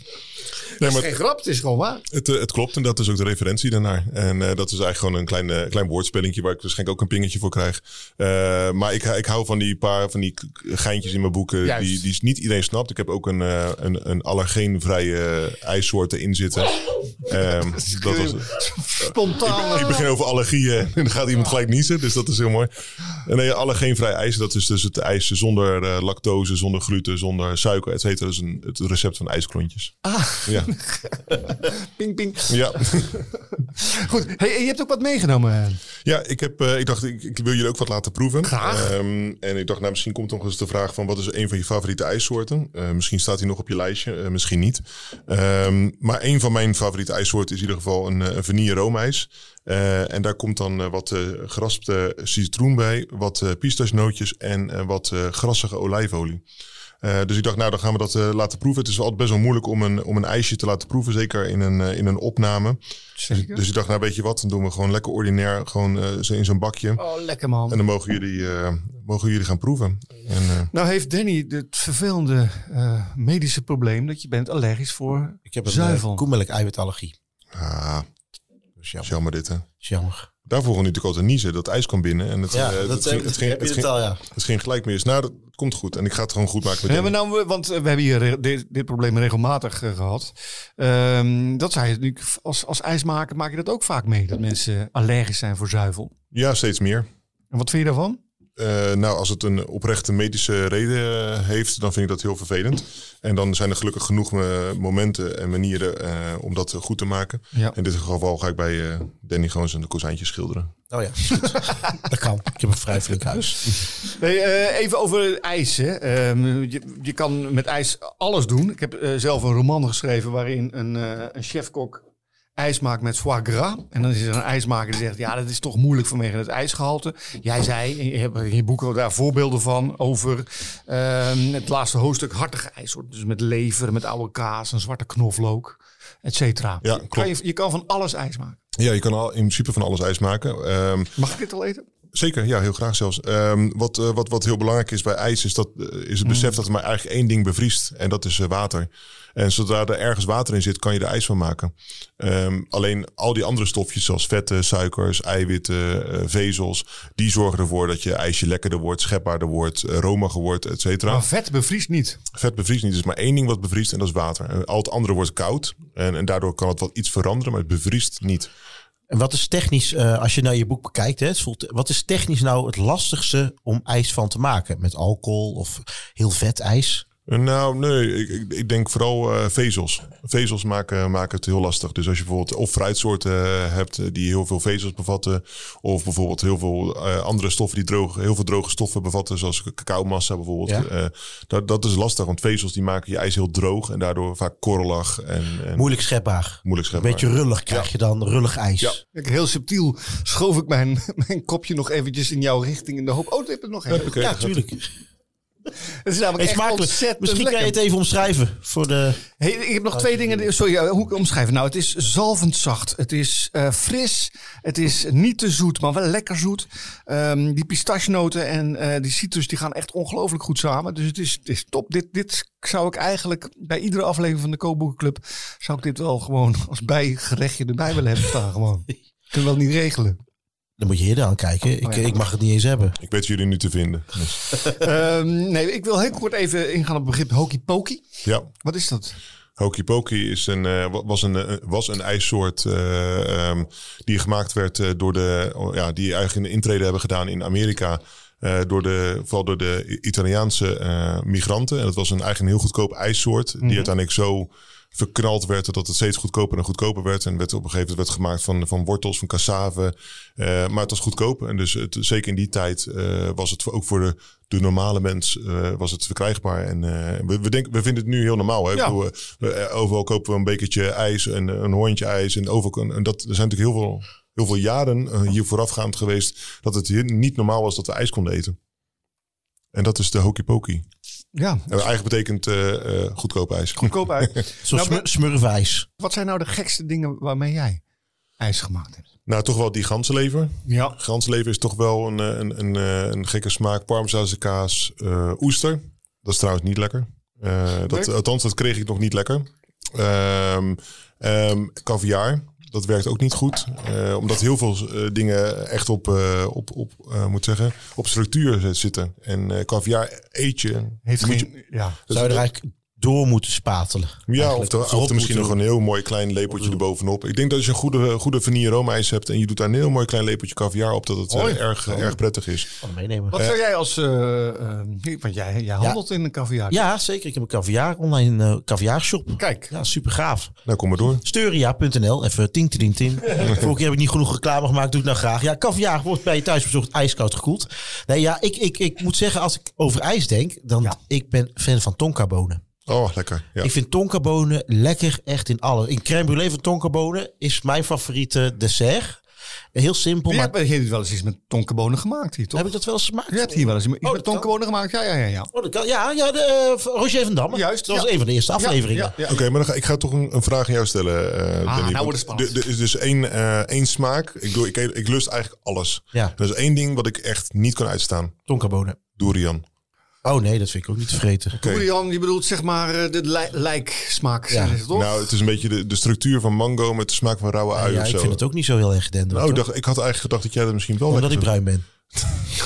Speaker 2: Nee,
Speaker 3: dat is
Speaker 2: maar
Speaker 3: geen grap, het is gewoon waar.
Speaker 2: Het, eh, het klopt en dat is ook de referentie daarnaar. En eh, dat is eigenlijk gewoon een klein, eh, klein woordspellingje waar ik waarschijnlijk ook een pingetje voor krijg. Eh, maar ik, ik hou van die paar van die k- geintjes in mijn boeken
Speaker 3: Juist.
Speaker 2: die, die niet iedereen snapt. Ik heb ook een, eh, een, een allergeenvrije ijssoort erin zitten. Ehm, dat was het.
Speaker 3: Spontaan.
Speaker 2: Ik begin over allergieën en dan gaat iemand gelijk niezen, dus dat is heel mooi. En nee, allergeenvrij ijs, dat is dus het ijs zonder eh, lactose, zonder gluten, zonder suiker, et cetera. Dat is een, het recept van ijsklontjes.
Speaker 3: Ah,
Speaker 2: Ja,
Speaker 3: ping, ping.
Speaker 2: ja.
Speaker 3: Goed, hey, en je hebt ook wat meegenomen. eh.
Speaker 2: Ja, ik, heb, eh, ik dacht, ik, ik wil jullie ook wat laten proeven.
Speaker 3: Graag.
Speaker 2: Ehm, en ik dacht, nou, misschien komt nog eens de vraag van... wat is een van je favoriete ijssoorten? Eh, misschien staat hij nog op je lijstje, eh, misschien niet. Ehm, maar een van mijn favoriete ijssoorten is in ieder geval een, eh, een vanille roomijs. Eh, en daar komt dan eh, wat eh geraspte citroen bij, wat eh pistachenootjes en eh, wat eh, grassige olijfolie. Eh, dus ik dacht, nou, dan gaan we dat eh, laten proeven. Het is wel altijd best wel moeilijk om een, om een ijsje te laten proeven, zeker in een, eh, in een opname.
Speaker 3: Zeker.
Speaker 2: Dus ik dacht, nou weet je wat, dan doen we gewoon lekker ordinair, gewoon eh, zo in zo'n bakje.
Speaker 3: Oh, lekker man.
Speaker 2: En dan mogen jullie, eh, mogen jullie gaan proeven. En, eh,
Speaker 3: Nou heeft Danny het vervelende eh, medische probleem dat je bent allergisch voor
Speaker 1: Ik heb een
Speaker 3: Zuivel.
Speaker 1: eh, koemelk eiwitallergie.
Speaker 2: ah,
Speaker 1: Dus
Speaker 2: dat is
Speaker 1: jammer.
Speaker 2: jammer dit hè.
Speaker 1: jammer.
Speaker 2: Daarvoor ging natuurlijk altijd niezen, dat ijs kwam binnen. En het,
Speaker 1: Ja,
Speaker 2: eh,
Speaker 1: dat,
Speaker 2: het,
Speaker 1: eh,
Speaker 2: ging, het, ging,
Speaker 1: heb
Speaker 2: het,
Speaker 1: je
Speaker 2: ging,
Speaker 1: het al, ja.
Speaker 2: het ging gelijk mis. Nou, dat komt goed. En ik ga het gewoon goed maken
Speaker 3: We
Speaker 2: met
Speaker 3: hebben
Speaker 2: Danny.
Speaker 3: nou, eh, want eh, we hebben hier re- dit, dit probleem regelmatig eh, gehad. Ehm, dat zei je nu, als, als ijsmaker maak je dat ook vaak mee, dat mensen allergisch zijn voor zuivel.
Speaker 1: nou-
Speaker 2: Ja, steeds meer.
Speaker 3: En wat vind je daarvan?
Speaker 2: Eh, nou, als het een oprechte medische reden eh, heeft, dan vind ik dat heel vervelend. En dan zijn er gelukkig genoeg eh, momenten en manieren eh, om dat eh, goed te maken.
Speaker 3: Ja.
Speaker 2: In dit geval ga ik bij eh, Danny gewoon zijn kozijntje schilderen.
Speaker 1: Oh ja, is goed. dat kan. Ik heb een vrij flink huis.
Speaker 3: Hey, eh, even over ijs. Hè. Ehm, je, je kan met ijs alles doen. Ik heb eh, zelf een roman geschreven waarin een, eh een chefkok ijs maakt met foie gras. En dan is er een ijsmaker die zegt, ja, dat is toch moeilijk vanwege het ijsgehalte. Jij zei, en je hebt in je boek al daar voorbeelden van, over ehm, het laatste hoofdstuk hartige ijs. hoor. Dus met lever, met oude kaas, een zwarte knoflook, et cetera.
Speaker 2: Ja,
Speaker 3: Kan
Speaker 2: klopt.
Speaker 3: je, je kan van alles ijs maken.
Speaker 2: Ja, je kan al in principe van alles ijs maken. Ehm,
Speaker 3: Mag ik dit al eten?
Speaker 2: Zeker, ja, heel graag zelfs. Ehm, wat, eh, wat, wat heel belangrijk is bij ijs, is, dat, eh, is het besef dat er maar eigenlijk één ding bevriest. En dat is eh, water. En zodra er ergens water in zit, kan je er ijs van maken. Ehm, alleen al die andere stofjes, zoals vetten, suikers, eiwitten, eh, vezels, die zorgen ervoor dat je ijsje lekkerder wordt, schepbaarder wordt, eh, romiger wordt, et cetera.
Speaker 3: Maar vet bevriest niet.
Speaker 2: Vet bevriest niet. Er is maar één ding wat bevriest en dat is water. En al het andere wordt koud. En, en daardoor kan het wat iets veranderen, maar het bevriest niet.
Speaker 1: En wat is technisch, eh, als je nou je boek bekijkt, hè, het voelt, wat is technisch nou het lastigste om ijs van te maken? Met alcohol of heel vet ijs?
Speaker 2: Nou, nee, ik, ik, ik denk vooral eh, vezels. Vezels maken, maken het heel lastig. Dus als je bijvoorbeeld of fruitsoorten eh, hebt eh, die heel veel vezels bevatten, of bijvoorbeeld heel veel eh, andere stoffen die droog, heel veel droge stoffen bevatten, zoals k- cacaomassa bijvoorbeeld,
Speaker 1: Ja.
Speaker 2: eh, dat, dat is lastig. Want vezels die maken je ijs heel droog en daardoor vaak korrelig en, en
Speaker 1: Moeilijk schepbaar.
Speaker 2: moeilijk
Speaker 1: Een
Speaker 2: schepbaar.
Speaker 1: beetje rullig krijg je dan, rullig ijs.
Speaker 2: Ja.
Speaker 3: Kijk, heel subtiel schoof ik mijn, mijn kopje nog eventjes in jouw richting in de hoop. Oh, ik heb het nog even.
Speaker 2: Oké,
Speaker 1: Ja,
Speaker 2: dat-
Speaker 1: tuurlijk.
Speaker 3: Het is namelijk
Speaker 1: Hey,
Speaker 3: echt
Speaker 1: smakelijk.
Speaker 3: ontzettend
Speaker 1: Misschien kan je het Oh,
Speaker 3: lekker.
Speaker 1: even omschrijven voor de...
Speaker 3: Hey, ik heb nog twee dingen. die- Sorry, eh, hoe ik omschrijven? Nou, het is zalvend zacht. Het is eh, fris. Het is niet te zoet, maar wel lekker zoet. Ehm, die pistachenoten en eh, die citrus die gaan echt ongelooflijk goed samen. Dus het is, het is top. Dit, dit zou ik eigenlijk bij iedere aflevering van de Kookboekenclub... zou ik dit wel gewoon als bijgerechtje erbij willen hebben staan. Gewoon. Kunnen we dat niet regelen.
Speaker 1: Dan moet je hier aan kijken. Ik,
Speaker 3: ja.
Speaker 1: ik mag het niet eens hebben.
Speaker 2: Ik weet jullie nu te vinden. Dus,
Speaker 3: Ehm, nee, ik wil heel kort even ingaan op het begrip hokey pokey.
Speaker 2: ja.
Speaker 3: Wat is dat?
Speaker 2: Hokey Pokey is een, eh, wa- was, een, eh, was een ijssoort eh, ehm, die gemaakt werd eh, door de, oh, ja, die eigenlijk een intrede hebben gedaan in Amerika. eh, door de, vooral door de I- Italiaanse eh, migranten. En dat was een, eigenlijk een heel goedkoop ijssoort. Die uiteindelijk zo verknald werd. Dat het steeds goedkoper en goedkoper werd. En werd op een gegeven moment werd gemaakt van, van wortels, van cassave. Eh, maar het was goedkoop. En dus het, zeker in die tijd eh, was het ook voor de, de normale mens eh, was het verkrijgbaar. En eh, we, we, denken, we vinden het nu heel normaal. Hè? Ik
Speaker 3: Ja.
Speaker 2: bedoel, eh, we- eh, overal kopen we een bekertje ijs en eh, een hondje ijs. En, overal, en dat, er zijn natuurlijk heel veel, heel veel jaren eh, hier voorafgaand geweest... dat het hier niet normaal was dat we ijs konden eten. En dat is de hokey pokey.
Speaker 3: Ja,
Speaker 2: En eigenlijk betekent eh, eh, goedkoop ijs.
Speaker 3: goedkoop uit.
Speaker 1: Zo'n
Speaker 3: Nou,
Speaker 1: smur- smurfijs.
Speaker 3: Wat zijn nou de gekste dingen waarmee jij ijs gemaakt hebt?
Speaker 2: nou, toch wel die ganzenlever.
Speaker 3: Ja.
Speaker 2: Ganslever is toch wel een, eh, een, een, eh, een gekke smaak. Parmezaanse kaas, eh, oester. Dat is trouwens niet lekker. Eh, dat,
Speaker 3: Nee?
Speaker 2: althans, dat kreeg ik nog niet lekker. Ehm ehm, caviar, dat werkt ook niet goed. Eh, omdat heel veel eh, dingen echt op, eh, op, op, eh, moet zeggen, op structuur z- zitten. En eh caviar eet je.
Speaker 3: Heeft
Speaker 2: moet
Speaker 3: geen, ja.
Speaker 1: Zou je er eigenlijk door moeten spatelen?
Speaker 2: ja,
Speaker 1: Eigenlijk.
Speaker 2: of, er- of er
Speaker 1: erop
Speaker 2: misschien nog
Speaker 1: moeten-
Speaker 2: een heel mooi klein lepeltje erbovenop. Ik denk dat als je een goede, goede vanille roomijs hebt en je doet daar een heel mooi klein lepeltje caviar op, dat het eh,
Speaker 3: Hoi.
Speaker 2: erg, eh, erg prettig is.
Speaker 1: Kan meenemen.
Speaker 3: Wat zou jij als... eh, eh, want jij, jij handelt in een caviar.
Speaker 1: Ja, zeker. Ik heb een caviar online eh caviarshop.
Speaker 3: Kijk.
Speaker 1: Ja, super gaaf.
Speaker 2: Nou, kom maar door.
Speaker 1: Steuria.nl, even ting ting ting. Vorige keer heb ik niet genoeg reclame gemaakt, doe ik nou graag. Ja, caviar wordt bij je thuisbezocht ijskoud gekoeld. Nee, ja, ik, ik, ik moet zeggen, als ik over ijs denk, dan
Speaker 3: Ja.
Speaker 1: ik ben fan van tonkabonen.
Speaker 2: Oh, lekker. Ja.
Speaker 1: Ik vind tonkabonen lekker echt in alle. In crème brûlée van tonkabonen is mijn favoriete dessert. Heel simpel,
Speaker 3: Je
Speaker 1: maar
Speaker 3: hebt, je hebt wel eens iets met tonkebonen gemaakt hier, toch?
Speaker 1: heb ik dat wel eens gemaakt?
Speaker 3: Je hebt hier wel eens iets
Speaker 1: dat
Speaker 3: met
Speaker 1: kan.
Speaker 3: tonkebonen gemaakt. Ja, ja, ja. ja.
Speaker 1: Oh, dat kan. Ja, ja de, eh, Roger van Damme.
Speaker 3: Juist,
Speaker 1: Dat was
Speaker 3: ja.
Speaker 1: een van de eerste afleveringen.
Speaker 3: Ja, ja,
Speaker 2: Oké, maar dan ga, ik ga toch een, een vraag aan jou stellen, eh Danny.
Speaker 3: nou
Speaker 2: Want
Speaker 3: wordt het spannend.
Speaker 2: d- Er is dus één, eh, één smaak. Ik, doe, ik, eet- ik lust eigenlijk alles.
Speaker 1: Ja.
Speaker 2: Er is één ding wat ik echt niet kan uitstaan.
Speaker 1: Tonkabonen.
Speaker 2: Durian.
Speaker 1: Oh nee, dat vind ik ook niet te vergeten.
Speaker 2: Oké.
Speaker 3: Julian, je bedoelt zeg maar eh, de lij- lijksmaak,
Speaker 1: Ja.
Speaker 3: is het toch?
Speaker 2: Nou, het is een beetje de, de structuur van mango met de smaak van rauwe ui
Speaker 1: Ja,
Speaker 2: of
Speaker 1: ik
Speaker 2: zo.
Speaker 1: vind het ook niet zo heel erg denderend.
Speaker 2: nou, ik,
Speaker 1: hoor.
Speaker 2: dacht, ik had eigenlijk gedacht dat jij dat misschien wel
Speaker 1: Omdat ik
Speaker 2: lekker
Speaker 1: bruin ben.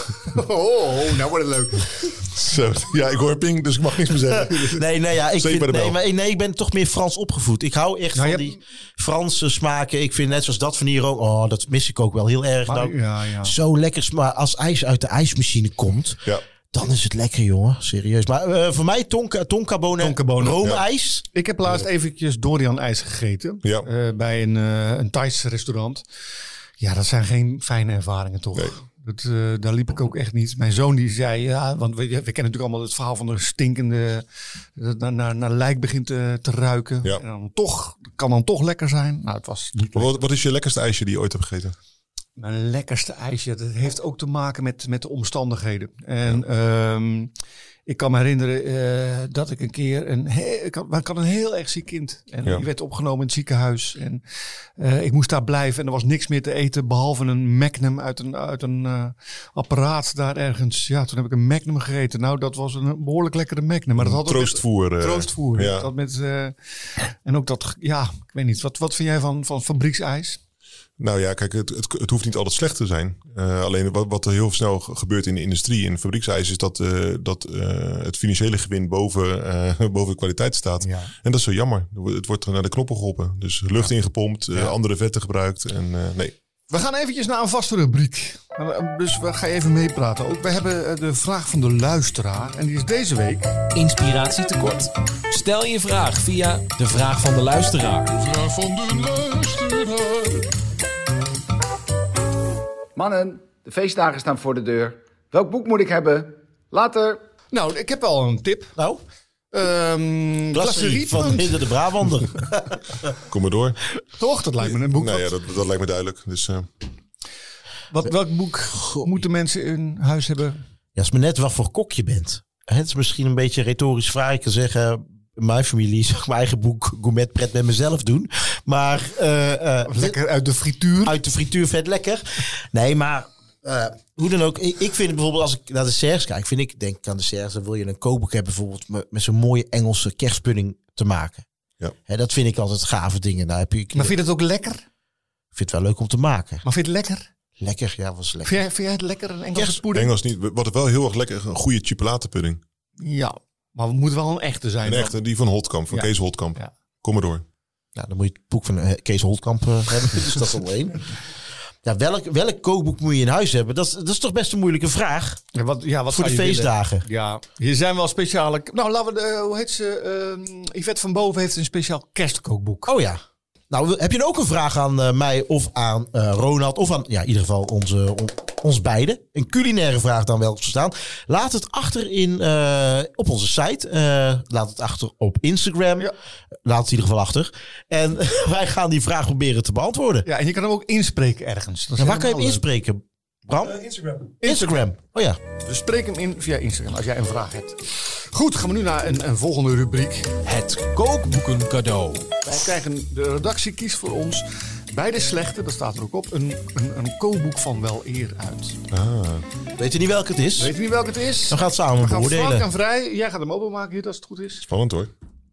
Speaker 3: Oh, nou wordt het leuk.
Speaker 2: vindt. Zo, Ja, ik hoor ping, dus ik mag niks meer zeggen.
Speaker 1: Nee, nee, ja, ik,
Speaker 2: Steek
Speaker 1: vind-
Speaker 2: bij de
Speaker 1: nee,
Speaker 2: bel.
Speaker 1: maar, nee, ik ben toch meer Frans opgevoed. Ik hou echt van
Speaker 3: Nou, je
Speaker 1: die
Speaker 3: hebt-
Speaker 1: Franse smaken. Ik vind net zoals dat van hier ook. Oh, dat mis ik ook wel heel erg.
Speaker 3: Maar-
Speaker 1: nou,
Speaker 3: ja, ja.
Speaker 1: Zo lekker. sma- Maar als ijs uit de ijsmachine komt,
Speaker 2: Ja.
Speaker 1: dan is het lekker, jongen. Serieus. Maar eh, voor mij tonka, tonkabonen,
Speaker 3: Tonkabonen,
Speaker 1: roomijs.
Speaker 3: Ik heb laatst eventjes Dorian ijs gegeten
Speaker 2: Ja.
Speaker 3: eh, bij een, eh een Thais restaurant. Ja, dat zijn geen fijne ervaringen toch?
Speaker 2: Nee.
Speaker 3: Dat, eh, daar liep ik ook echt niet. Mijn zoon die zei, ja, want we, we kennen natuurlijk allemaal het verhaal van de stinkende, dat naar, naar, naar lijk begint eh, te, te ruiken.
Speaker 2: Ja.
Speaker 3: En dan toch, kan dan toch lekker zijn. Nou, het was niet
Speaker 2: Maar Wat, wat is je lekkerste ijsje die je ooit hebt gegeten?
Speaker 3: Mijn lekkerste ijsje, dat heeft ook te maken met, met de omstandigheden. En ehm, ik kan me herinneren eh, dat ik een keer een, he- ik had, maar ik had een heel erg ziek kind. En
Speaker 2: Ja.
Speaker 3: ik werd opgenomen in het ziekenhuis. En eh, ik moest daar blijven en er was niks meer te eten behalve een magnum uit een, uit een eh, apparaat daar ergens. Ja, toen heb ik een magnum gegeten. Nou, dat was een behoorlijk lekkere magnum. Maar dat had ook met-
Speaker 2: Troostvoer. eh,
Speaker 3: troostvoer.
Speaker 2: ja.
Speaker 3: Dat met, eh, en ook dat, ge- ja, ik weet niet. Wat, wat vind jij van, van fabrieksijs?
Speaker 2: Nou ja, kijk, het, het, het hoeft niet altijd slecht te zijn. Eh, alleen wat, wat er heel snel ge- gebeurt in de industrie, in fabrieksijs, is dat, eh, dat eh, het financiële gewin boven, eh, boven de kwaliteit staat.
Speaker 3: Ja.
Speaker 2: En dat is zo jammer. Er wo- Het wordt naar de knoppen geholpen. Dus lucht ingepompt, eh, andere vetten gebruikt. En, eh, nee.
Speaker 3: We gaan eventjes naar een vaste rubriek. Eh, Dus we gaan even meepraten. Ook we hebben eh, de vraag van de luisteraar. En die is deze week.
Speaker 5: Inspiratie tekort. Stel je vraag via de vraag van de luisteraar.
Speaker 6: Mannen, de feestdagen staan voor de deur. Welk boek moet ik hebben? Later.
Speaker 3: Nou, ik heb al een tip.
Speaker 1: Nou,
Speaker 3: Ehm
Speaker 1: klasserie van
Speaker 3: Punt.
Speaker 1: Hinder de Brabander.
Speaker 2: Kom maar door.
Speaker 3: Toch? Dat lijkt me een boek.
Speaker 2: nou ja,
Speaker 3: wat-
Speaker 2: dat, dat lijkt me duidelijk. Dus, eh,
Speaker 3: wat, welk boek moeten mensen in huis hebben?
Speaker 1: Ja, is maar net wat voor kok je bent. Het is misschien een beetje een retorisch vraag. Ik kan zeggen, mijn familie zag mijn eigen boek Gourmet Pret met mezelf doen. Maar eh, eh,
Speaker 3: Lekker uit de frituur.
Speaker 1: uit de frituur vet lekker. Nee, maar eh, hoe dan ook. Ik, ik vind het bijvoorbeeld als ik naar de serres kijk, vind ik denk ik aan de serres, dan wil je een kookboek hebben bijvoorbeeld met, met zo'n mooie Engelse kerstpudding te maken.
Speaker 2: Ja.
Speaker 1: Hè, dat vind ik altijd gave dingen. Nou, heb je, ik
Speaker 3: Maar
Speaker 1: vind
Speaker 3: vind je dat ook lekker?
Speaker 1: het wel leuk om te maken.
Speaker 3: Maar vind je het lekker?
Speaker 1: Lekker, ja, was lekker.
Speaker 3: Vind jij, vind jij het lekker, een Engelse
Speaker 1: Kerst-
Speaker 3: poeding?
Speaker 2: Engels niet. Wat wel heel erg lekker, is, een goede chipolatenpudding.
Speaker 3: Ja, maar het moet wel een echte zijn.
Speaker 2: En
Speaker 3: dan.
Speaker 2: echt, eh, die van Holtkamp, van
Speaker 3: Ja.
Speaker 2: Kees Holtkamp.
Speaker 3: Ja.
Speaker 2: Kom maar door.
Speaker 1: Nou, dan moet je het boek van eh, Kees Holtkamp eh, hebben. Dus dat is al één. Ja, welk, welk kookboek moet je in huis hebben? Dat, is- dat is toch best een moeilijke vraag
Speaker 3: Ja, wat, ja, wat
Speaker 1: voor de
Speaker 3: zou je willen?
Speaker 1: feestdagen.
Speaker 3: Ja, hier zijn wel speciale... Nou, laten we... de- hoe heet ze? Ehm, Yvette van Boven heeft een speciaal kerstkookboek.
Speaker 1: Oh ja. Nou, wil- heb je nou ook een vraag aan eh, mij of aan eh, Ronald of aan ja, in ieder geval onze, on- ons beiden? Een culinaire vraag dan wel te verstaan. Laat het achter in, eh, op onze site. Eh, laat het achter op Instagram.
Speaker 3: Ja.
Speaker 1: Laat het in ieder geval achter. En wij gaan die vraag proberen te beantwoorden.
Speaker 3: Ja, en je kan hem ook inspreken ergens. Dat is
Speaker 1: En waar kan je hem
Speaker 3: helemaal
Speaker 1: inspreken, Bram?
Speaker 2: Eh, Instagram.
Speaker 1: Instagram. Oh ja.
Speaker 3: leuk. Dus spreek hem in via Instagram als jij een vraag hebt. Goed, gaan we nu naar een, een volgende rubriek.
Speaker 5: Het kookboeken cadeau.
Speaker 3: Wij krijgen, de redactie kiest voor ons bij de slechte, dat staat er ook op, een, een, een kookboek van wel eer uit.
Speaker 1: Weet je niet welke het is?
Speaker 3: Weet je niet welke het is?
Speaker 1: Dan gaat het samen
Speaker 3: We gaan Frank
Speaker 1: beoordelen.
Speaker 3: en Vrij, jij gaat hem openmaken hier als het goed is.
Speaker 2: Spannend hoor.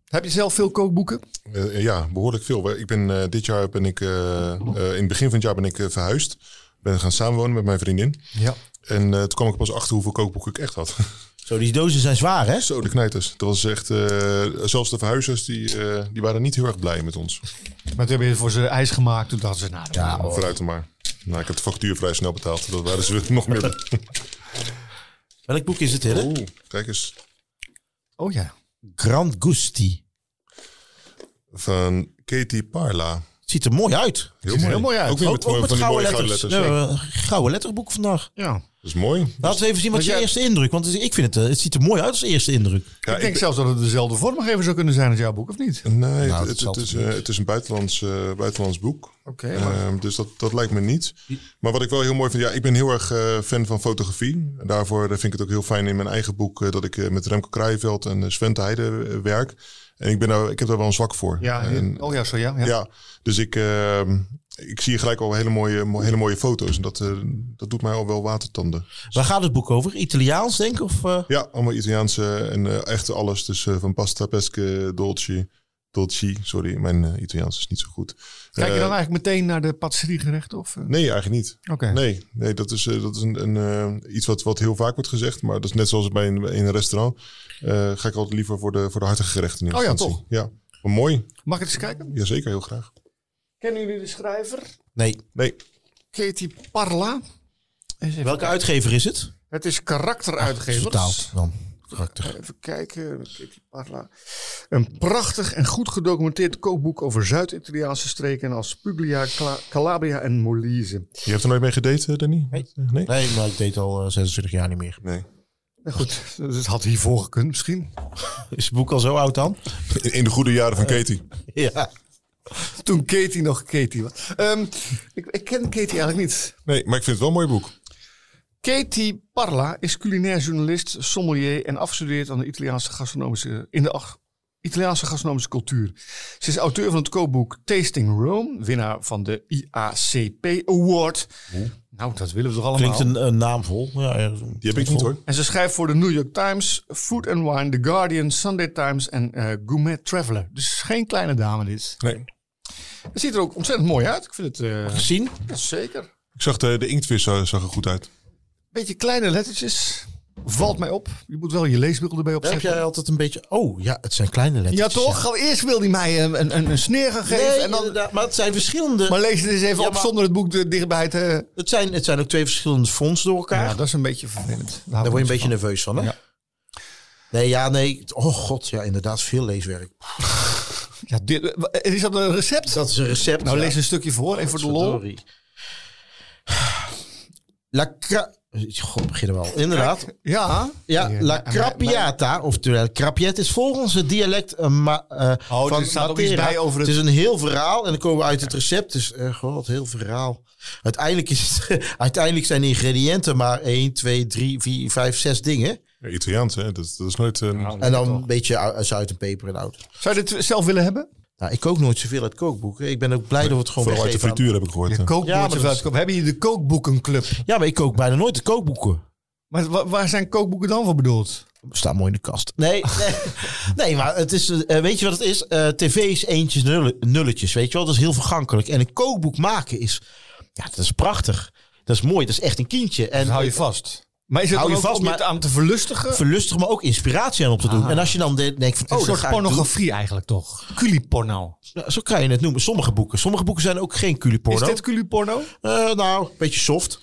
Speaker 3: Heb je zelf veel kookboeken?
Speaker 2: Eh, ja, behoorlijk veel. Ik ben, eh, dit jaar ben ik, eh, eh, in het begin van het jaar ben ik eh, verhuisd. Ben gaan samenwonen met mijn vriendin.
Speaker 3: Ja.
Speaker 2: En eh, toen kwam ik pas achter hoeveel kookboeken ik echt had.
Speaker 1: Zo, die dozen zijn zwaar, hè?
Speaker 2: Zo, de knijters. Dat was echt, eh, zelfs de verhuizers, die, eh, die waren niet heel erg blij met ons.
Speaker 3: Maar toen hebben je voor ze ijs gemaakt, toen dachten ze, nou, dat-
Speaker 1: Ja, hoor.
Speaker 2: Vooruit dan maar. Nou, ik heb de factuur vrij snel betaald. Dat waren ze nog meer.
Speaker 1: Welk boek is het, Hille?
Speaker 2: Oeh, kijk eens.
Speaker 3: oh ja.
Speaker 1: Grand Gusti.
Speaker 2: Van Katie Parla.
Speaker 1: Ziet er mooi uit.
Speaker 2: Heel
Speaker 3: Ziet er
Speaker 2: mooi.
Speaker 3: heel mooi uit.
Speaker 2: Ook weer met,
Speaker 1: Ook, ook
Speaker 2: van
Speaker 1: met
Speaker 2: die mooie
Speaker 1: gouden
Speaker 2: gouden
Speaker 1: letters.
Speaker 2: letters. Dus-
Speaker 1: Ja,
Speaker 2: ja.
Speaker 1: we hebben een gouden letterboek vandaag.
Speaker 3: ja.
Speaker 2: Dat is mooi.
Speaker 1: Laten we even zien wat
Speaker 3: Want
Speaker 1: je
Speaker 3: jij-
Speaker 1: eerste indruk. Want het is- ik vind het, eh, het ziet er mooi uit als eerste indruk.
Speaker 2: Ja,
Speaker 3: ik denk
Speaker 2: ik-
Speaker 3: zelfs dat het dezelfde vormgever zou kunnen zijn als jouw boek, of niet?
Speaker 2: Nee, het-
Speaker 1: dat
Speaker 2: het,
Speaker 1: zal
Speaker 2: het is,
Speaker 1: toch niet.
Speaker 2: eh, het is een buitenlands, eh, buitenlands boek.
Speaker 3: Oké,
Speaker 2: Ehm, dus dat, dat lijkt me niet. Maar wat ik wel heel mooi vind, ja, ik ben heel erg eh, fan van fotografie. En Daarvoor eh, vind ik het ook heel fijn in mijn eigen boek eh, dat ik eh, met Remco Kraaienveld en eh, Sven te Heijden eh, werk. En ik, ben daar, ik heb daar wel een zwak voor.
Speaker 3: ja,
Speaker 2: En-
Speaker 3: oh ja, zo ja. ja.
Speaker 2: ja. dus ik, ehm, ik zie gelijk al hele mooie, mo- hele mooie foto's. En dat, eh, dat doet mij al wel watertanden.
Speaker 1: Waar gaat het boek over? Italiaans, denk ik? Of, eh,
Speaker 2: Ja, allemaal Italiaanse en eh, echt alles. Dus eh, van pasta, pesche, dolci. Dolci, sorry, mijn eh, Italiaans is niet zo goed.
Speaker 3: Kijk je
Speaker 2: Eh,
Speaker 3: dan eigenlijk meteen naar de patisseriegerechten? Of, eh?
Speaker 2: Nee, eigenlijk niet.
Speaker 3: Oké.
Speaker 2: Nee, nee dat is, eh, dat is een, een, eh, iets wat, wat heel vaak wordt gezegd. Maar dat is net zoals bij een, in een restaurant. eh, ga ik altijd liever voor de, voor de hartige gerechten in
Speaker 3: Oh ja,
Speaker 2: instantie.
Speaker 3: toch?
Speaker 2: Ja, maar mooi.
Speaker 3: Mag ik eens kijken?
Speaker 2: Jazeker, heel graag.
Speaker 3: Kennen jullie de schrijver?
Speaker 1: nee.
Speaker 2: Nee,
Speaker 3: Katie Parla. Eens even-
Speaker 1: Welke uitgever is het?
Speaker 3: Het is
Speaker 1: Is
Speaker 3: karakteruitgevers.
Speaker 1: Vertaald dan. Karakter.
Speaker 3: Even kijken. Katie Parla. Een prachtig en goed gedocumenteerd kookboek over Zuid-Italiaanse streken als Puglia, Cla- Calabria en Molise.
Speaker 2: je hebt er nooit mee gedate, eh, Danny?
Speaker 1: Nee.
Speaker 2: nee?
Speaker 1: Nee, maar ik deed al eh, 26 jaar niet meer.
Speaker 2: Nee.
Speaker 3: Nou goed, het had hiervoor gekund misschien.
Speaker 1: Is het boek al zo oud dan?
Speaker 2: In, in de goede jaren
Speaker 3: Eh.
Speaker 2: van Katie.
Speaker 1: Ja.
Speaker 3: Toen Katie nog Katie was. Ehm, ik, ik ken Katie eigenlijk niet.
Speaker 2: Nee, maar ik vind het wel een mooi boek.
Speaker 3: Katie Parla is culinair journalist, sommelier en afgestudeerd aan de Italiaanse gastronomische, in de ach- Italiaanse gastronomische cultuur. Ze is auteur van het kookboek Tasting Rome, winnaar van de IACP Award. Nou, dat willen we toch allemaal.
Speaker 1: Klinkt een, een naam vol. Ja, ja,
Speaker 2: Die heb ik niet hoor.
Speaker 3: En ze schrijft voor de New York Times, Food and Wine, The Guardian, Sunday Times en eh, Gourmet Traveler. Dus geen kleine dame dit.
Speaker 2: Nee.
Speaker 3: Het ziet er ook ontzettend mooi uit. Ik vind het eh,
Speaker 1: Gezien?
Speaker 3: zeker.
Speaker 2: Ik zag de, de inktvis eh, zag er goed uit.
Speaker 3: Beetje kleine lettertjes. Valt mij op. Je moet wel je leesbril erbij
Speaker 1: Heb
Speaker 3: opzetten.
Speaker 1: jij altijd een beetje... Oh ja, het zijn kleine letters.
Speaker 3: Ja, toch? Eerst wil hij mij een, een, een- een sneer gaan geven.
Speaker 1: Nee,
Speaker 3: en dan,
Speaker 1: inderdaad, maar het zijn verschillende...
Speaker 3: maar lees het eens even
Speaker 1: Ja,
Speaker 3: op
Speaker 1: maar-
Speaker 3: zonder het boek er dichtbij te...
Speaker 1: Het zijn, het zijn ook twee verschillende fonds door elkaar.
Speaker 3: Ja, dat is een beetje vervelend.
Speaker 1: Daar word je een beetje
Speaker 3: van.
Speaker 1: nerveus van, hè?
Speaker 3: Ja.
Speaker 1: Nee, ja, nee. Oh god, ja, inderdaad, veel leeswerk.
Speaker 3: Ja, dit, is dat een recept?
Speaker 1: Dat is een recept.
Speaker 3: Nou,
Speaker 1: ja.
Speaker 3: lees een stukje voor, even voor de lol.
Speaker 1: Verdorie. La cra... God, beginnen we al. Inderdaad.
Speaker 3: Ja.
Speaker 1: Ja,
Speaker 2: Eh,
Speaker 3: Ja,
Speaker 1: la
Speaker 3: maar-
Speaker 1: crappiata, oftewel crappiette, is volgens het dialect eh, ma- eh,
Speaker 3: Oh,
Speaker 1: van
Speaker 3: er staat ook iets
Speaker 1: Matera.
Speaker 3: bij over het-
Speaker 1: is een heel verhaal en dan komen we uit het recept. Dus, eh god, heel verhaal. Uiteindelijk, is het, uiteindelijk zijn de ingrediënten maar 1, 2, 3, 4, 5, 6 dingen.
Speaker 2: Ja, Italiaans, hè? Dat, dat is nooit...
Speaker 3: Nou,
Speaker 2: eh,
Speaker 1: En dan een beetje eh, zout en peper en oud.
Speaker 3: Zou je dit zelf willen hebben?
Speaker 1: Nou, ik kook nooit zoveel uit kookboeken. Ik ben ook blij dat we het gewoon
Speaker 2: vooral uit de
Speaker 1: weggeven aan-
Speaker 2: frituur heb ik gehoord.
Speaker 3: Je
Speaker 2: hè.
Speaker 3: kookboeken.
Speaker 1: Ja, maar dat is-
Speaker 3: uitkomen. We hebben hier de kookboekenclub.
Speaker 1: Ja, maar ik kook bijna nooit uit kookboeken.
Speaker 3: Maar wa- waar zijn kookboeken dan voor bedoeld?
Speaker 1: Staat mooi in de kast. Nee, nee, nee maar het is, eh, weet je wat het is? Eh, TV's, eentjes, nulle- nulletjes, weet je wel? Dat is heel vergankelijk. En een kookboek maken is, ja, dat is prachtig. Dat is mooi, dat is echt een kindje. En
Speaker 3: Dat hou je vast. Maar is het
Speaker 1: Hou
Speaker 3: dan
Speaker 1: je
Speaker 3: ook
Speaker 1: vast,
Speaker 3: om je
Speaker 1: maar-
Speaker 3: aan te verlustigen?
Speaker 1: Verlustig, maar ook inspiratie aan op te doen.
Speaker 3: Ah.
Speaker 1: En als je dan de- denkt van,
Speaker 3: een
Speaker 1: oh, dat
Speaker 3: soort
Speaker 1: ga ik doen.
Speaker 3: pornografie eigenlijk toch? Culiporno.
Speaker 1: Nou, Zo kan je het noemen. Sommige boeken. Sommige boeken zijn ook geen
Speaker 3: Is
Speaker 1: culiporno.
Speaker 3: dit culiporno?
Speaker 1: Eh, nou, een beetje soft.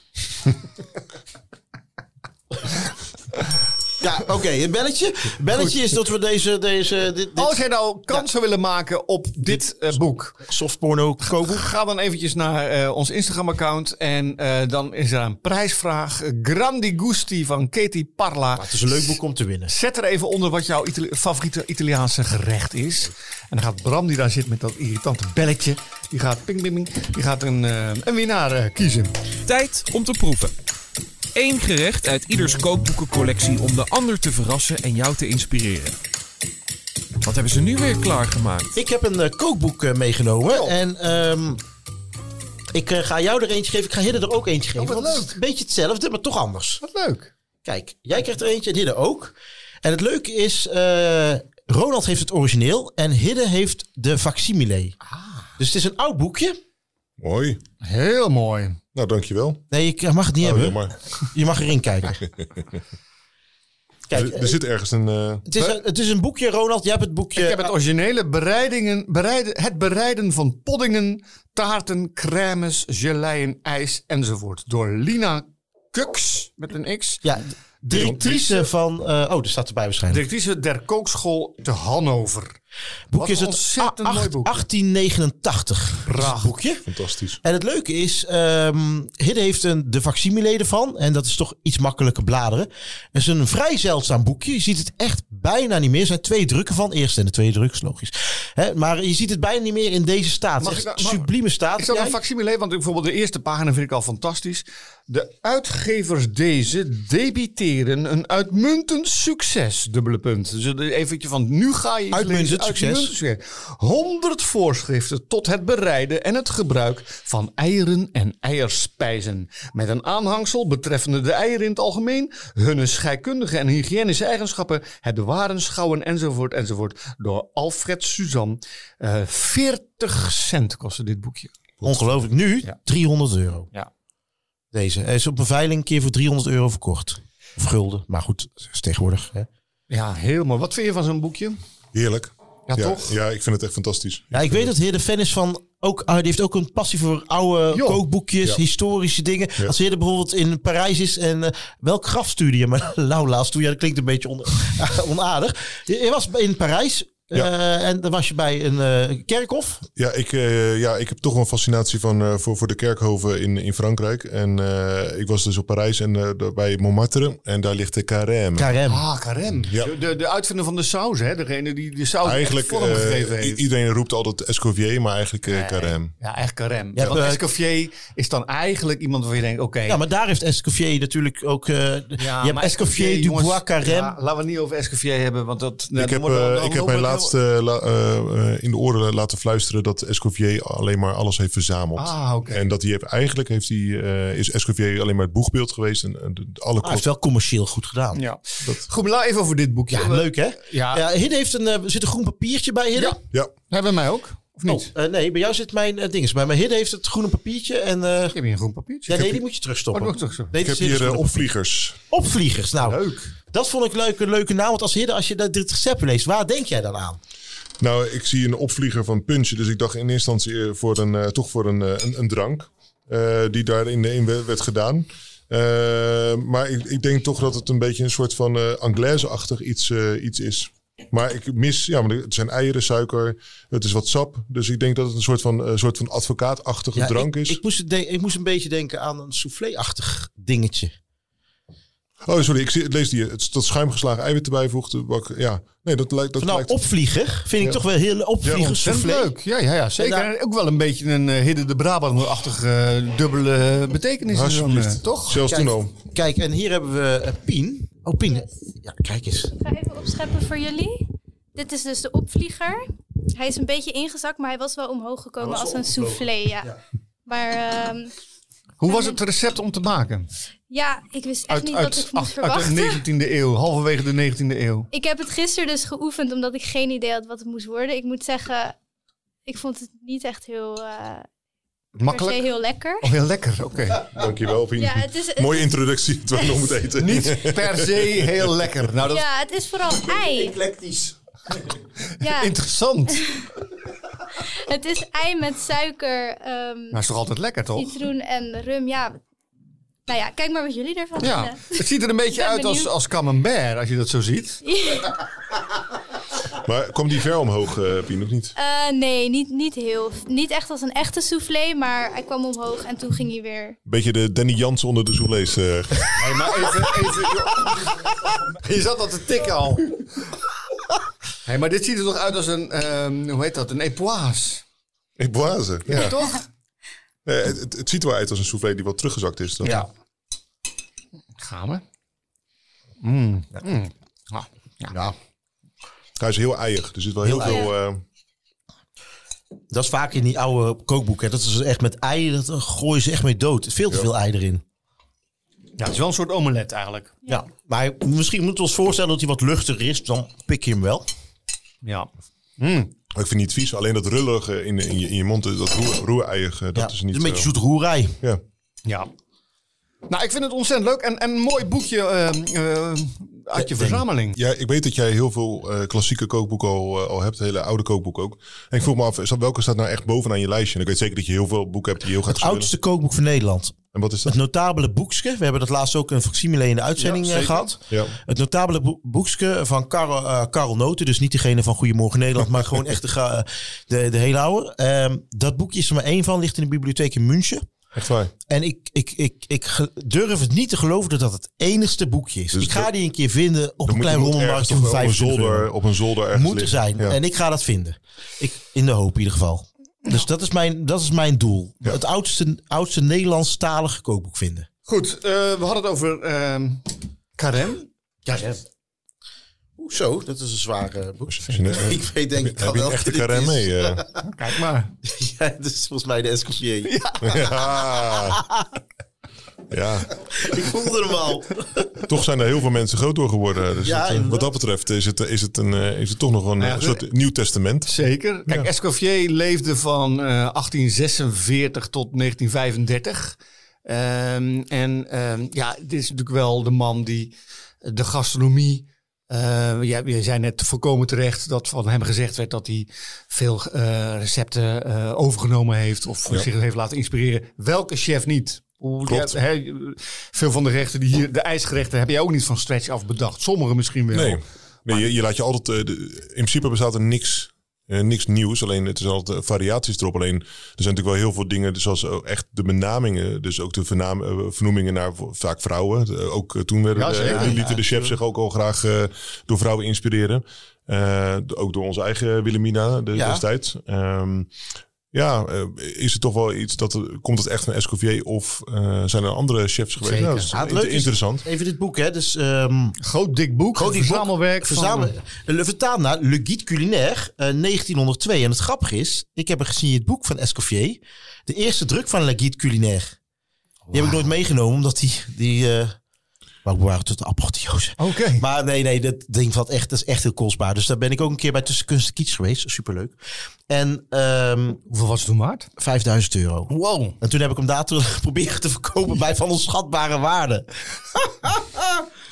Speaker 1: ja, oké. een belletje. Belletje is dat we deze, deze dit, dit
Speaker 3: Als jij nou kans zou willen maken op dit, eh, boek,
Speaker 1: soft porno kopen.
Speaker 3: Ga dan eventjes naar eh, ons Instagram-account. En eh, dan is er een prijsvraag. Grandi Gusti van Katie Parla.
Speaker 1: Het is een leuk boek om te winnen.
Speaker 3: Zet er even onder wat jouw Itali- favoriete Italiaanse gerecht is. En dan gaat Bram, die daar zit met dat irritante belletje. Die gaat ping, ping, ping. Die gaat een, eh, een winnaar eh, kiezen.
Speaker 5: Tijd om te proeven. Eén gerecht uit ieders kookboekencollectie om de ander te verrassen en jou te inspireren. Wat hebben ze nu weer klaargemaakt?
Speaker 1: Ik heb een eh, kookboek eh, meegenomen. En ehm, ik eh, ga jou er eentje geven. Ik ga Hidde er ook eentje geven.
Speaker 3: wat
Speaker 1: want Het is
Speaker 3: leuk.
Speaker 1: een beetje hetzelfde, maar toch anders.
Speaker 3: Wat leuk.
Speaker 1: Kijk, jij krijgt er eentje en Hidde ook. En het leuke is, eh, Ronald heeft het origineel en Hidde heeft de facsimile. Dus het is een oud boekje.
Speaker 2: Mooi.
Speaker 3: Heel mooi.
Speaker 2: Nou, dankjewel.
Speaker 1: Nee, je mag het niet
Speaker 2: Oh,
Speaker 1: hebben.
Speaker 2: jammer.
Speaker 1: Je mag erin kijken. Kijk,
Speaker 2: er, er zit ergens een... eh,
Speaker 1: het is, een, het is een boekje, Ronald. Jij hebt het boekje.
Speaker 3: Ik heb het originele bereidingen, bereiden, het bereiden van poddingen, taarten, crèmes, geleien, ijs enzovoort. Door Lina Kuks met een X.
Speaker 1: Ja, de directrice van. eh, oh, er staat erbij waarschijnlijk.
Speaker 3: Directrice der Kookschool te Hannover.
Speaker 1: Het boek
Speaker 3: wat
Speaker 1: is
Speaker 3: een
Speaker 1: het
Speaker 3: ontzettend
Speaker 1: a-
Speaker 3: mooi
Speaker 1: acht-
Speaker 3: boek.
Speaker 1: 1889.
Speaker 3: Prachtig.
Speaker 1: boekje.
Speaker 2: Fantastisch.
Speaker 1: En het leuke is, ehm Hidde heeft een, de facsimile ervan. En dat is toch iets makkelijker bladeren. Het is een vrij zeldzaam boekje. Je ziet het echt bijna niet meer. Er zijn twee drukken van. Eerst en de tweede druk is logisch. Hè, maar je ziet het bijna niet meer in deze staat.
Speaker 3: Mag
Speaker 1: Echt
Speaker 3: ik nou- mag-
Speaker 1: sublieme staat.
Speaker 3: Ik zal
Speaker 1: Ja,
Speaker 3: een facsimile, want bijvoorbeeld de eerste pagina vind ik al fantastisch. De uitgevers deze debiteren een uitmuntend succes, dubbele punt. Dus een eventje van nu ga je iets
Speaker 1: Uitmuntend
Speaker 3: lezen.
Speaker 1: succes.
Speaker 3: 100 voorschriften tot het bereiden en het gebruik van eieren en eierspijzen. Met een aanhangsel betreffende de eieren in het algemeen, hun scheikundige en hygiënische eigenschappen, het bewaren, schouwen enzovoort enzovoort. Door Alfred Suzanne. Eh 40 cent kostte dit boekje.
Speaker 1: Ongelooflijk. Nu
Speaker 3: Ja.
Speaker 1: 300 euro.
Speaker 3: Ja.
Speaker 1: Deze. Hij is op een veiling een keer voor 300 euro verkocht. Of gulden. Maar goed, dat is tegenwoordig. Hè.
Speaker 3: Ja, heel mooi. Wat vind je van zo'n boekje?
Speaker 2: Heerlijk.
Speaker 3: Ja, toch?
Speaker 2: Ja, ik vind het echt fantastisch.
Speaker 1: Ja, ik weet dat Heer de fan is van... Ook, ah, die heeft ook een passie voor oude
Speaker 3: Joh.
Speaker 1: kookboekjes,
Speaker 2: Ja.
Speaker 1: historische dingen.
Speaker 2: Ja.
Speaker 1: Als Heer de bijvoorbeeld in Parijs is en eh, welk graf stuurde je? Maar nou, laatst toe, ja, dat klinkt een beetje on- onaardig. Je, je was in Parijs eh, en dan was je bij een eh, kerkhof.
Speaker 2: Ja, ik, eh, ja, ik heb toch wel een fascinatie van, eh, voor, voor de kerkhoven in, in Frankrijk. En eh, ik was dus op Parijs en eh, daar bij Montmartre. En daar ligt de Carême.
Speaker 1: Carême.
Speaker 3: Ah, Karem.
Speaker 2: Ja.
Speaker 3: De, de, de uitvinder van de saus, hè? Degene die de saus
Speaker 2: eigenlijk,
Speaker 3: echt vorm
Speaker 2: eh,
Speaker 3: gegeven
Speaker 2: i-
Speaker 3: heeft.
Speaker 2: iedereen roept altijd Escovier, maar eigenlijk eh Carême.
Speaker 3: ja, echt Karem.
Speaker 1: Ja,
Speaker 3: want
Speaker 1: eh,
Speaker 3: Escoffier is dan eigenlijk iemand waar je denkt, oké.
Speaker 1: ja, maar daar heeft Escoffier natuurlijk ook... eh, je hebt
Speaker 3: maar
Speaker 1: Escoffier, Dubois,
Speaker 3: jongens,
Speaker 1: Carême. Ah,
Speaker 3: ja, laten we het niet over Escoffier hebben, want dat... nou,
Speaker 2: Ik heb,
Speaker 3: dan worden we-
Speaker 2: eh,
Speaker 3: dan
Speaker 2: ik heb
Speaker 3: lopen
Speaker 2: mijn
Speaker 3: we-
Speaker 2: laatste la- eh, eh, in de oren laten fluisteren dat Escovier alleen maar alles heeft verzameld.
Speaker 3: Ah, oké.
Speaker 2: En dat hij heeft, eigenlijk heeft hij, eh, is Escovier alleen maar het boegbeeld geweest. En, en de- alle
Speaker 1: Ah, hij heeft wel commercieel goed gedaan.
Speaker 3: Ja. Goed, maar laten we even over dit boekje.
Speaker 1: Ja,
Speaker 3: We-
Speaker 1: leuk hè?
Speaker 3: Ja.
Speaker 1: Ja, Hidde heeft een, eh, zit een groen papiertje bij Hidde.
Speaker 3: Ja.
Speaker 2: Ja,
Speaker 3: Hebben wij mij ook? Of niet?
Speaker 1: Eh, nee, bij jou zit mijn eh, ding. is Bij mijn Hidde heeft het groene papiertje. En, eh,
Speaker 3: Ik heb hier een groen papiertje.
Speaker 1: ja, nee, die moet je terugstoppen.
Speaker 3: Oh, die moet ik terugstoppen.
Speaker 1: Nee,
Speaker 2: ik heb
Speaker 1: dit is
Speaker 2: hier eh,
Speaker 1: Hidde's groene-
Speaker 2: opvliegers.
Speaker 1: opvliegers. Nou,
Speaker 3: Leuk.
Speaker 1: dat vond ik leuk, een leuke naam. Want als Hidde, als je dat, dit recept leest, waar denk jij dan aan?
Speaker 2: Nou, ik zie een opvlieger van Punch. Dus ik dacht in eerste instantie eh, voor een, eh, toch voor een, eh, een, een drank. eh, die daarin in we- werd gedaan. Eh, maar ik, ik denk toch dat het een beetje een soort van eh Anglaise-achtig iets, eh, iets is. Maar ik mis, ja, maar het zijn eieren, suiker, het is wat sap. Dus ik denk dat het een soort van, eh, soort van advocaatachtige
Speaker 1: Ja,
Speaker 2: drank
Speaker 1: ik,
Speaker 2: is.
Speaker 1: Ik moest, het de- ik moest een beetje denken aan een soufflé-achtig dingetje.
Speaker 2: Oh, sorry, ik zie- lees die. Het, dat schuimgeslagen eiwit erbij voegt. eh, bak- Ja, nee, dat lijkt. Dat
Speaker 1: Van, nou,
Speaker 2: lijkt
Speaker 1: opvlieger vind ik toch wel heel
Speaker 2: Ja,
Speaker 1: opvlieger
Speaker 3: Ontzettend
Speaker 1: soufflé.
Speaker 3: leuk. Ja, ja, ja zeker.
Speaker 1: En daar-
Speaker 3: En ook wel een beetje een eh, Hidde de Brabant-achtige eh, dubbele betekenis. in zo'n, eh,
Speaker 2: Alsjeblieft.
Speaker 3: Toch?
Speaker 2: Zelfs toen al.
Speaker 1: Kijk, en hier hebben we eh, Pien. Oh, Pien. Ja, kijk eens.
Speaker 4: Ik ga even opscheppen voor jullie. Dit is dus de opvlieger. Hij is een beetje ingezakt, maar hij was wel omhoog gekomen als een soufflé. Ja. Maar ehm,
Speaker 3: eh. Hoe was het recept om te maken?
Speaker 4: ja, ik wist echt
Speaker 3: Uit,
Speaker 4: niet
Speaker 3: uit,
Speaker 4: wat ik moest
Speaker 3: ach- uit
Speaker 4: verwachten.
Speaker 3: de 19e eeuw, halverwege de 19e eeuw.
Speaker 4: Ik heb het gisteren dus geoefend omdat ik geen idee had wat het moest worden. Ik moet zeggen, ik vond het niet echt heel, eh, per se
Speaker 3: Makkelijk? Oh.
Speaker 4: heel lekker.
Speaker 3: Of heel lekker, oké.
Speaker 2: Dankjewel, Pien.
Speaker 4: Ja, het is, het
Speaker 2: Mooie
Speaker 4: is-
Speaker 2: introductie, terwijl je nog moet eten.
Speaker 3: Niet per se heel lekker. Nou, dat
Speaker 4: ja, het is vooral ei.
Speaker 1: Eclectisch.
Speaker 3: is
Speaker 4: Ja,
Speaker 3: interessant. Maar
Speaker 4: het is ei met suiker, ehm,
Speaker 3: is toch altijd lekker, Nou, toch?
Speaker 4: citroen en rum. Ja, nou ja, kijk maar wat jullie ervan
Speaker 3: Ja,
Speaker 4: vinden.
Speaker 3: het ziet er een beetje
Speaker 4: ben
Speaker 3: uit als,
Speaker 4: benieuwd.
Speaker 3: als camembert, als je dat zo ziet.
Speaker 2: Maar kwam die ver omhoog, eh Pien, of niet?
Speaker 4: Eh, nee, niet, niet heel. Niet echt als een echte soufflé, maar hij kwam omhoog en toen ging hij weer.
Speaker 2: Beetje de Danny Jans onder de soufflés. eh.
Speaker 3: Hé, maar even, even, joh. Je zat al te tikken al. Hé, maar dit ziet er toch uit als een, ehm, hoe heet dat, een époise.
Speaker 2: Ik blazen. Ja.
Speaker 3: Toch?
Speaker 2: Eh, het, het- het ziet er wel uit als een soufflé die wat teruggezakt is. Dan.
Speaker 3: Ja. Gaan we? Ja. Mm. ja.
Speaker 2: Hij is heel eiig. Er zit wel heel,
Speaker 1: Heel
Speaker 2: veel... eh,
Speaker 1: Dat is vaak in die oude kookboeken. Dat is echt met ei, dat eh, gooien ze echt mee dood. Veel te veel ei erin.
Speaker 3: Ja, het is wel een soort omelet eigenlijk.
Speaker 1: Ja, maar misschien moeten we ons voorstellen dat hij wat luchtiger is. Dan pik je hem wel.
Speaker 3: Ja.
Speaker 2: eh, ik vind het niet vies. Alleen dat rullige in, in, je, in je mond, eh, dat roer- roereiige, dat
Speaker 1: ja,
Speaker 2: is niet...
Speaker 1: een beetje
Speaker 2: eh,
Speaker 1: zoet roerij.
Speaker 2: Ja.
Speaker 3: Ja. Nou, ik vind het ontzettend leuk. En en een mooi boekje ehm, ehm, uit je verzameling.
Speaker 2: Ja, ik weet dat jij heel veel eh, klassieke kookboeken al, eh, al hebt, hele oude kookboeken ook. En ik vroeg me af, is dat- welke staat nou echt bovenaan je lijstje? En ik weet zeker dat je heel veel boeken hebt die je heel graag
Speaker 1: Het
Speaker 2: zou
Speaker 1: oudste kookboek van Nederland.
Speaker 2: willen. En wat is dat?
Speaker 1: Het notabele boekske. We hebben dat laatst ook een facsimile in de uitzending eh,
Speaker 2: zeker.
Speaker 1: gehad.
Speaker 2: Ja.
Speaker 1: Het notabele boek- boekske van Karel, eh, Karel Noten. Dus niet degene van Goedemorgen Nederland, maar gewoon echt de, ga- eh, de, de hele oude. Ehm, dat boekje is er maar één van, ligt in de bibliotheek in München.
Speaker 2: Echt waar.
Speaker 1: En ik, ik, ik, ik ge- durf het niet te geloven dat dat het enigste boekje is.
Speaker 2: Dus
Speaker 1: ik ga
Speaker 2: dat-
Speaker 1: die een keer vinden op een
Speaker 2: moet je
Speaker 1: klein
Speaker 2: moet
Speaker 1: rommelmarktje van
Speaker 2: ergens op, op een
Speaker 1: 25 euro.
Speaker 2: zolder, op een zolder ergens
Speaker 1: Moet er
Speaker 2: liggen.
Speaker 1: zijn.
Speaker 2: Ja.
Speaker 1: En ik ga dat vinden. Ik, in de hoop in ieder geval. Dus dat is mijn, dat is mijn doel. Het oudste, oudste Nederlandstalige kookboek vinden.
Speaker 3: Goed, eh, we hadden het over ehm Karem.
Speaker 1: Ja, Hoezo? Dat is een zware boek.
Speaker 2: Misschien, eh,
Speaker 1: Ik weet denk ik
Speaker 2: Heb je een echte carême mee? eh?
Speaker 3: Kijk maar.
Speaker 1: Ja, dat is volgens mij de escoffier.
Speaker 2: ja. ja.
Speaker 1: Ik voelde hem al.
Speaker 2: Toch zijn er heel veel mensen groot door geworden. Dus
Speaker 1: Ja,
Speaker 2: dat, eh, wat
Speaker 1: inderdaad. Nou
Speaker 2: dat betreft is het, is het, een, eh, is het toch nog een eh,
Speaker 3: Ja,
Speaker 2: soort nieuw testament.
Speaker 3: Zeker. Kijk, Escoffier leefde van eh, 1846 tot 1935. Ehm, en ehm, ja, dit is natuurlijk wel de man die de gastronomie. eh jij, jij zei net voorkomen terecht dat van hem gezegd werd dat hij veel eh, recepten eh, overgenomen heeft of zich heeft laten inspireren. Welke chef niet? Hoe,
Speaker 2: Klopt.
Speaker 3: ja, hè, veel van de gerechten die hier, de ijsgerechten, heb jij ook niet van stretch af bedacht. Sommige misschien wel.
Speaker 2: Nee, nee je, je laat je altijd. eh, de- in principe bestaat er niks. eh, niks nieuws, alleen het is altijd eh, variaties erop. Alleen er zijn natuurlijk wel heel veel dingen, dus zoals ook echt de benamingen, dus ook de vernaam, eh, vernoemingen naar v- vaak vrouwen. Eh, Ook eh, toen werden
Speaker 3: Ja,
Speaker 2: de-
Speaker 3: zeker.
Speaker 2: lieten de chefs zich ook al graag eh, door vrouwen inspireren. Eh, d- ook door onze eigen Wilhelmina de,
Speaker 1: Ja.
Speaker 2: destijds. Ehm, ja, eh, is het toch wel iets dat er- komt het echt van Escoffier of eh, zijn er andere chefs geweest?
Speaker 3: Zeker.
Speaker 2: Nou, dat is
Speaker 1: Ja, het
Speaker 2: in-
Speaker 1: leuke is-
Speaker 2: interessant.
Speaker 1: Even dit boek, hè. Dus, ehm
Speaker 3: Groot dik boek,
Speaker 1: Groot dik boek.
Speaker 3: verzamelwerk. van-
Speaker 1: verzamel, Le- vertaald naar Le Guide Culinaire eh, 1902. En het grappige is, ik heb een gesigneerd boek van Escoffier. De eerste druk van Le Guide Culinaire. Die heb ik nooit meegenomen, omdat die... die eh maar we waren tot de apotheose.
Speaker 3: Oké.
Speaker 1: Maar nee, nee, dat ding valt echt, dat is echt heel kostbaar. Dus daar ben ik ook een keer bij Tussen Kunst en Kiets geweest. Superleuk. En ehm
Speaker 3: Hoeveel was het toen waard?
Speaker 1: 5000 euro.
Speaker 3: Wow.
Speaker 1: En toen heb ik hem daar te proberen te verkopen bij van onschatbare waarde.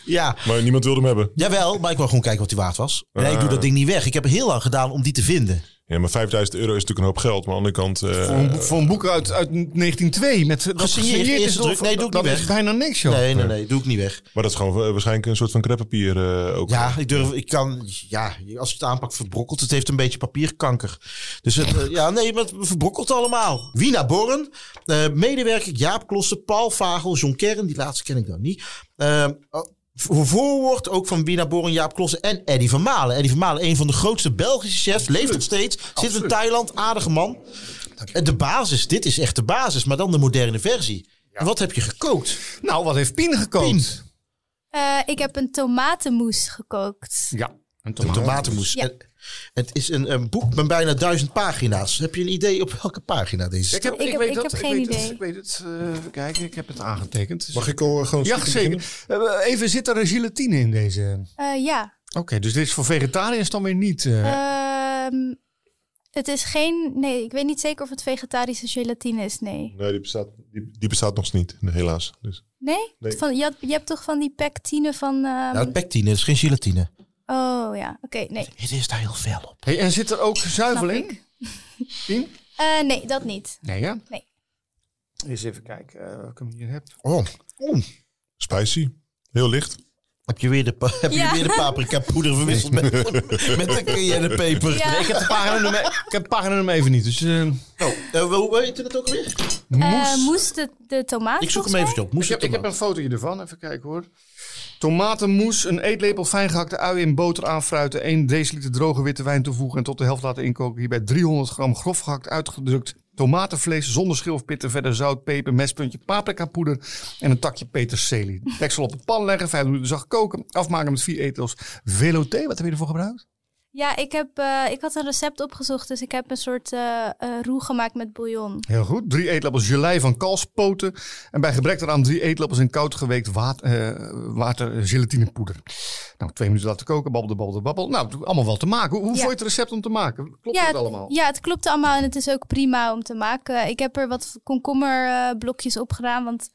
Speaker 1: ja.
Speaker 2: Maar niemand wilde hem hebben.
Speaker 1: Jawel, maar ik wil gewoon kijken wat die waard was. Nee, ik doe dat ding niet weg. Ik heb er heel lang gedaan om die te vinden.
Speaker 2: Ja, maar 5000 euro is natuurlijk een hoop geld. Maar aan de andere kant... eh,
Speaker 3: Voor een, boek- voor een boek uit, uit 1902. Met, dat
Speaker 1: Gesigneerd, eerste
Speaker 3: door-
Speaker 1: druk. Nee, doe ik
Speaker 3: dat
Speaker 1: niet
Speaker 3: is
Speaker 1: weg.
Speaker 3: bijna niks, joh.
Speaker 1: Nee, nee, nee, doe ik niet weg.
Speaker 2: maar dat is gewoon eh, waarschijnlijk een soort van kreppapier eh, ook.
Speaker 1: Ja, ik durf, ik kan, ja, als ik het aanpak, verbrokkelt het. heeft een beetje papierkanker. Dus het, eh, ja, nee, maar het verbrokkelt allemaal. Wina Borren, eh, medewerker Jaap Klossen, Paul Vagel, John Kern, die laatste ken ik dan niet. Eh, voor- voorwoord ook van Wina Borren, Jaap Klossen en Eddie van Malen. Eddie van Malen, een van de grootste Belgische chefs, leeft nog steeds, zit in Thailand, aardige man. En de basis, dit is echt de basis, maar dan de moderne versie. En wat heb je gekookt?
Speaker 3: Nou, wat heeft Pien gekookt?
Speaker 1: Pien.
Speaker 4: Eh, ik heb een tomatenmoes gekookt.
Speaker 3: Ja, een
Speaker 1: Een
Speaker 3: tomaat.
Speaker 1: tomatenmoes.
Speaker 4: Ja.
Speaker 1: En het is een, een boek met bijna duizend pagina's. Heb je een idee op welke pagina deze
Speaker 3: Ik
Speaker 1: is?
Speaker 3: heb,
Speaker 4: Ik heb- ik heb geen
Speaker 3: weet
Speaker 4: idee.
Speaker 3: Het, ik weet het. eh, even kijken, ik heb het aangetekend. Dus-
Speaker 2: Mag ik al eh, gewoon
Speaker 3: ja,
Speaker 2: stiekem
Speaker 3: zeker.
Speaker 2: beginnen?
Speaker 3: Eh, even, zit er gelatine in deze? Oké,
Speaker 4: Eh, ja. Eh.
Speaker 3: dus dit is voor vegetariërs dan weer niet. eh.
Speaker 4: Ehm, Het is geen... Nee, ik weet niet zeker of het vegetarische gelatine is, nee.
Speaker 2: Nee, die bestaat, die, die bestaat nog niet, nee, helaas. Dus,
Speaker 4: Nee?
Speaker 2: Nee.
Speaker 4: Van, je, had- je hebt toch van die pectine van... ehm,
Speaker 1: Nou, het pectine is geen gelatine.
Speaker 4: Oh ja, oké, nee.
Speaker 1: Het is daar heel fel op.
Speaker 3: Hey, en zit er ook zuivel
Speaker 4: Snap
Speaker 3: in? Tien?
Speaker 4: Eh, nee, dat niet.
Speaker 3: Nee, ja?
Speaker 4: Nee.
Speaker 3: Eens even kijken eh, wat ik hem hier heb.
Speaker 1: Oh,
Speaker 2: spicy, heel licht.
Speaker 1: heb je weer de, pa- heb
Speaker 4: Ja.
Speaker 1: je weer de paprika poeder verwisseld met, met de cayennepeper?
Speaker 4: Ja.
Speaker 1: Nee,
Speaker 3: Ik heb de pagina nummer, ik heb de pagina nummer even niet, dus... eh,
Speaker 1: eh, hoe heet het ook weer?
Speaker 4: Eh,
Speaker 3: moes.
Speaker 4: moest de, de tomaat
Speaker 1: Ik zoek hem
Speaker 4: volgens
Speaker 1: even op.
Speaker 3: Ik
Speaker 1: Moest
Speaker 3: heb, ik heb
Speaker 1: hem
Speaker 3: een fotootje ervan, even kijken hoor. Tomatenmoes, een eetlepel fijngehakte ui in boter aanfruiten, 1 deciliter droge witte wijn toevoegen en tot de helft laten inkoken. Hierbij 300 gram grof gehakt uitgedrukt tomatenvlees zonder schil of pitten, verder zout, peper, mespuntje, paprikapoeder en een takje peterselie. Deksel op een pan leggen, 5 minuten zacht koken, afmaken met vier etels veloté. Wat heb je ervoor gebruikt?
Speaker 4: Ja, ik, heb, eh, ik had een recept opgezocht, dus ik heb een soort eh eh, roe gemaakt met bouillon.
Speaker 3: Heel goed. Drie eetlepels gelei van kalfspoten. En bij gebrek daaraan drie eetlepels in koud geweekt water, water eh, gelatinepoeder. Nou, twee minuten laten koken. Babbelde, babbelde, babbel. Nou, allemaal wel te maken. Hoe, hoe
Speaker 4: Ja.
Speaker 3: vond je het recept om te maken? Klopt
Speaker 4: ja,
Speaker 3: het allemaal?
Speaker 4: Ja, het klopt allemaal en het is ook prima om te maken. Ik heb er wat komkommerblokjes op gedaan, want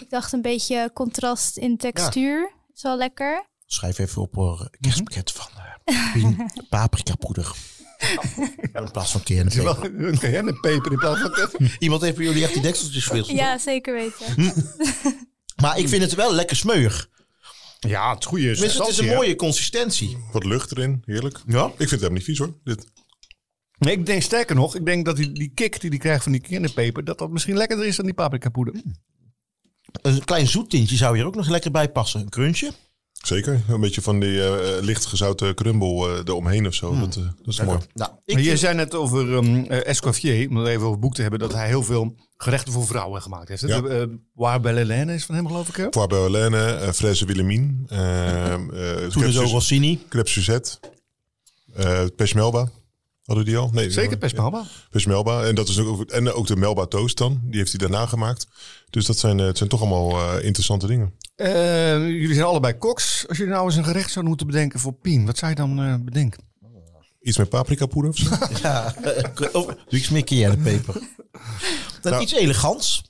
Speaker 4: ik dacht een beetje contrast in textuur. Is wel lekker.
Speaker 1: Schrijf even op hoor. Kerstpakket van eh, Pien. paprika poeder. In plaats van cayennepeper.
Speaker 3: Wel, Een gehennepeper in plaats van...
Speaker 1: Iemand heeft bij jullie echt die dekseltjes verwisseld.
Speaker 4: Ja, zeker weten.
Speaker 1: Maar ik vind het wel lekker smeuig.
Speaker 3: Ja, het goede is...
Speaker 1: Tenminste, het is een
Speaker 3: hè?
Speaker 1: mooie consistentie.
Speaker 2: Wat lucht erin, heerlijk.
Speaker 1: Ja.
Speaker 2: Ik vind het helemaal niet vies hoor. Dit.
Speaker 3: Nee, ik denk sterker nog, ik denk dat die, die kick die die krijgt van die kinderpeper, dat dat misschien lekkerder is dan die paprikapoeder.
Speaker 1: Hmm. Een klein zoettintje zou hier ook nog lekker bij passen. Een crunchje.
Speaker 2: Zeker, een beetje van die eh, eh, licht gezouten krumbel eh eromheen of zo. Dat, eh, dat is mooi.
Speaker 1: Nou, ik
Speaker 3: Maar je
Speaker 1: vind-
Speaker 3: zei net over ehm, eh, Escoffier, om het even over het boek te hebben, dat hij heel veel gerechten voor vrouwen gemaakt heeft. hè?
Speaker 2: Ja.
Speaker 3: De, eh, Waar Belle Hélène is van hem, geloof ik. Hè?
Speaker 2: Poire Berlaine, eh Fraise Willemien, eh, eh,
Speaker 1: toen
Speaker 2: Crêpe
Speaker 1: is ook
Speaker 2: Suz-
Speaker 1: Rossini.
Speaker 2: Crêpe Suzette, eh, Pesmelba. Hadden die al? Nee,
Speaker 3: Zeker best
Speaker 2: Ja,
Speaker 3: behapbaar.
Speaker 2: Pesmelba. Dus En, dat is ook, en ook de Melba Toast dan. Die heeft hij daarna gemaakt. Dus dat zijn, eh, het zijn toch allemaal eh, interessante dingen.
Speaker 3: Eh, jullie zijn allebei koks. Als jullie nou eens een gerecht zouden moeten bedenken voor Pien, wat zou je dan eh, bedenken?
Speaker 2: Iets met paprikapoeder of zo?
Speaker 1: Ja. Of doe ik meer cayennepeper. Dan
Speaker 2: Nou.
Speaker 1: iets elegants.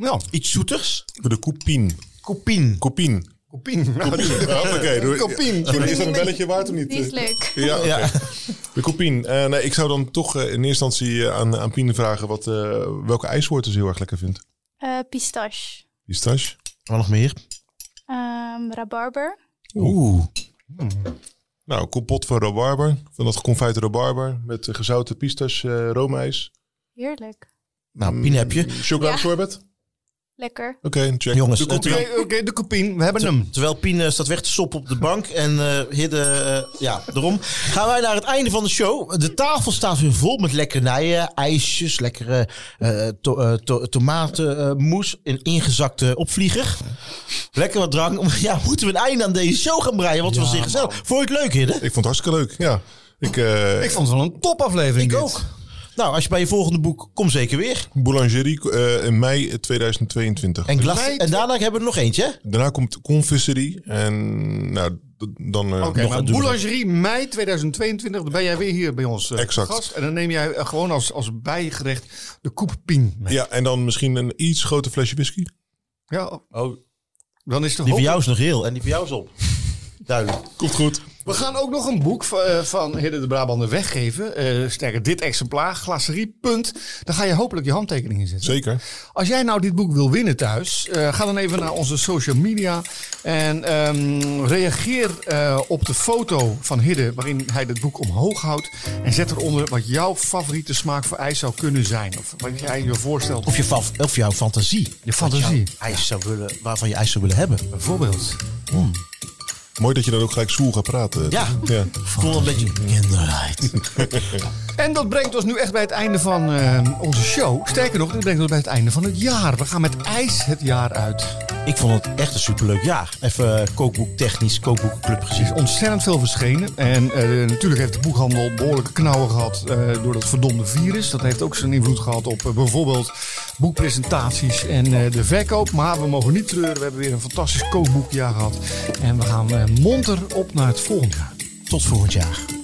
Speaker 3: Ja,
Speaker 1: Iets zoeters.
Speaker 2: de koepien.
Speaker 1: Coupine.
Speaker 2: Koepien.
Speaker 3: Kopien.
Speaker 2: Oké, doe-
Speaker 3: Kopien.
Speaker 2: Doe- Is dat een belletje waard of niet?
Speaker 4: Die is leuk.
Speaker 2: Ja, oké.
Speaker 1: Ja.
Speaker 2: De Koepien. Eh, nee, ik zou dan toch eh, in eerste instantie eh, aan, aan Pien vragen wat, eh, welke ijssoorten ze heel erg lekker vindt.
Speaker 4: Eh, pistache,
Speaker 2: Pistache.
Speaker 1: Wat nog meer?
Speaker 4: Ehm, rabarber.
Speaker 1: Oeh.
Speaker 2: Nou, kompot van rabarber. Van dat confite rabarber. Met eh, gezouten pistache, eh, roomijs.
Speaker 4: Heerlijk.
Speaker 1: Nou, Pien heb je.
Speaker 2: Chocolade
Speaker 4: Ja.
Speaker 2: sorbet. Oké,
Speaker 4: Lekker.
Speaker 2: check.
Speaker 1: Jongens,
Speaker 2: de Koepien.
Speaker 1: het-
Speaker 3: Oké, oké, de kopien. We hebben hem.
Speaker 1: Terwijl Pien eh, staat weg te soppen op de bank en eh Hidde, eh, ja, daarom. Gaan wij naar het einde van de show. De tafel staat weer vol met lekkernijen, ijsjes, lekkere eh to- eh, to- tomatenmoes, een ingezakte opvlieger. Lekker wat drank. Maar Ja, moeten we een einde aan deze show gaan breien? Wat was dit gezellig. Vond je het leuk, Hidde?
Speaker 2: Ik vond het hartstikke leuk. Ja. Ik, eh
Speaker 3: Ik vond het wel een topaflevering.
Speaker 1: Ik
Speaker 3: dit.
Speaker 1: ook. Nou, als je bij je volgende boek, kom zeker weer.
Speaker 2: Boulangerie eh, in mei 2022.
Speaker 1: En, glas,
Speaker 3: Meid.
Speaker 1: en daarna hebben we er nog eentje, hè?
Speaker 2: Daarna komt confiserie. En nou, d- dan... eh,
Speaker 3: Oké,
Speaker 2: nog-
Speaker 3: maar
Speaker 1: doen we
Speaker 3: boulangerie mei 2022, dan ben jij weer hier bij ons eh,
Speaker 2: Exact.
Speaker 3: gast. En dan neem jij eh, gewoon als, als bijgerecht de koepien mee.
Speaker 2: ja, en dan misschien een iets groter flesje whisky.
Speaker 3: Ja. Dan is de
Speaker 1: Die
Speaker 3: hoop.
Speaker 1: voor jou is nog heel Oh, en die voor jou is op. Duidelijk.
Speaker 2: Komt goed.
Speaker 3: We gaan ook nog een boek van, eh, van Hidde de Brabander weggeven. Eh, sterker, dit exemplaar, glacerie, punt. Daar ga je hopelijk je handtekening in zetten.
Speaker 2: Zeker.
Speaker 3: Als jij nou dit boek wil winnen thuis, eh, ga dan even naar onze social media. En ehm, reageer eh, op de foto van Hidde waarin hij het boek omhoog houdt. En zet eronder wat jouw favoriete smaak voor ijs zou kunnen zijn. Of wat jij je voorstelt.
Speaker 1: Of, je fa- of jouw fantasie.
Speaker 3: Je fantasie.
Speaker 1: Wat jouw ijs zou willen, waarvan je ijs zou willen hebben.
Speaker 3: Bijvoorbeeld.
Speaker 2: Mooi dat je dan ook gelijk zoel gaat praten.
Speaker 1: Ja.
Speaker 2: ja.
Speaker 1: Ik voel een beetje kinderheid.
Speaker 3: En dat brengt ons nu echt bij het einde van eh, onze show. Sterker nog, dit brengt ons bij het einde van het jaar. We gaan met ijs het jaar uit.
Speaker 1: Ik vond het echt een superleuk jaar. Even eh, kookboek technisch, kookboekenclub
Speaker 3: Er is
Speaker 1: gezien.
Speaker 3: ontzettend veel verschenen. En eh, natuurlijk heeft de boekhandel behoorlijke knauwen gehad eh, door dat verdomde virus. Dat heeft ook zijn invloed gehad op eh, bijvoorbeeld boekpresentaties en eh, de verkoop. Maar we mogen niet treuren. We hebben weer een fantastisch kookboekjaar gehad. En we gaan eh, monter op naar het volgende jaar.
Speaker 1: Tot volgend jaar.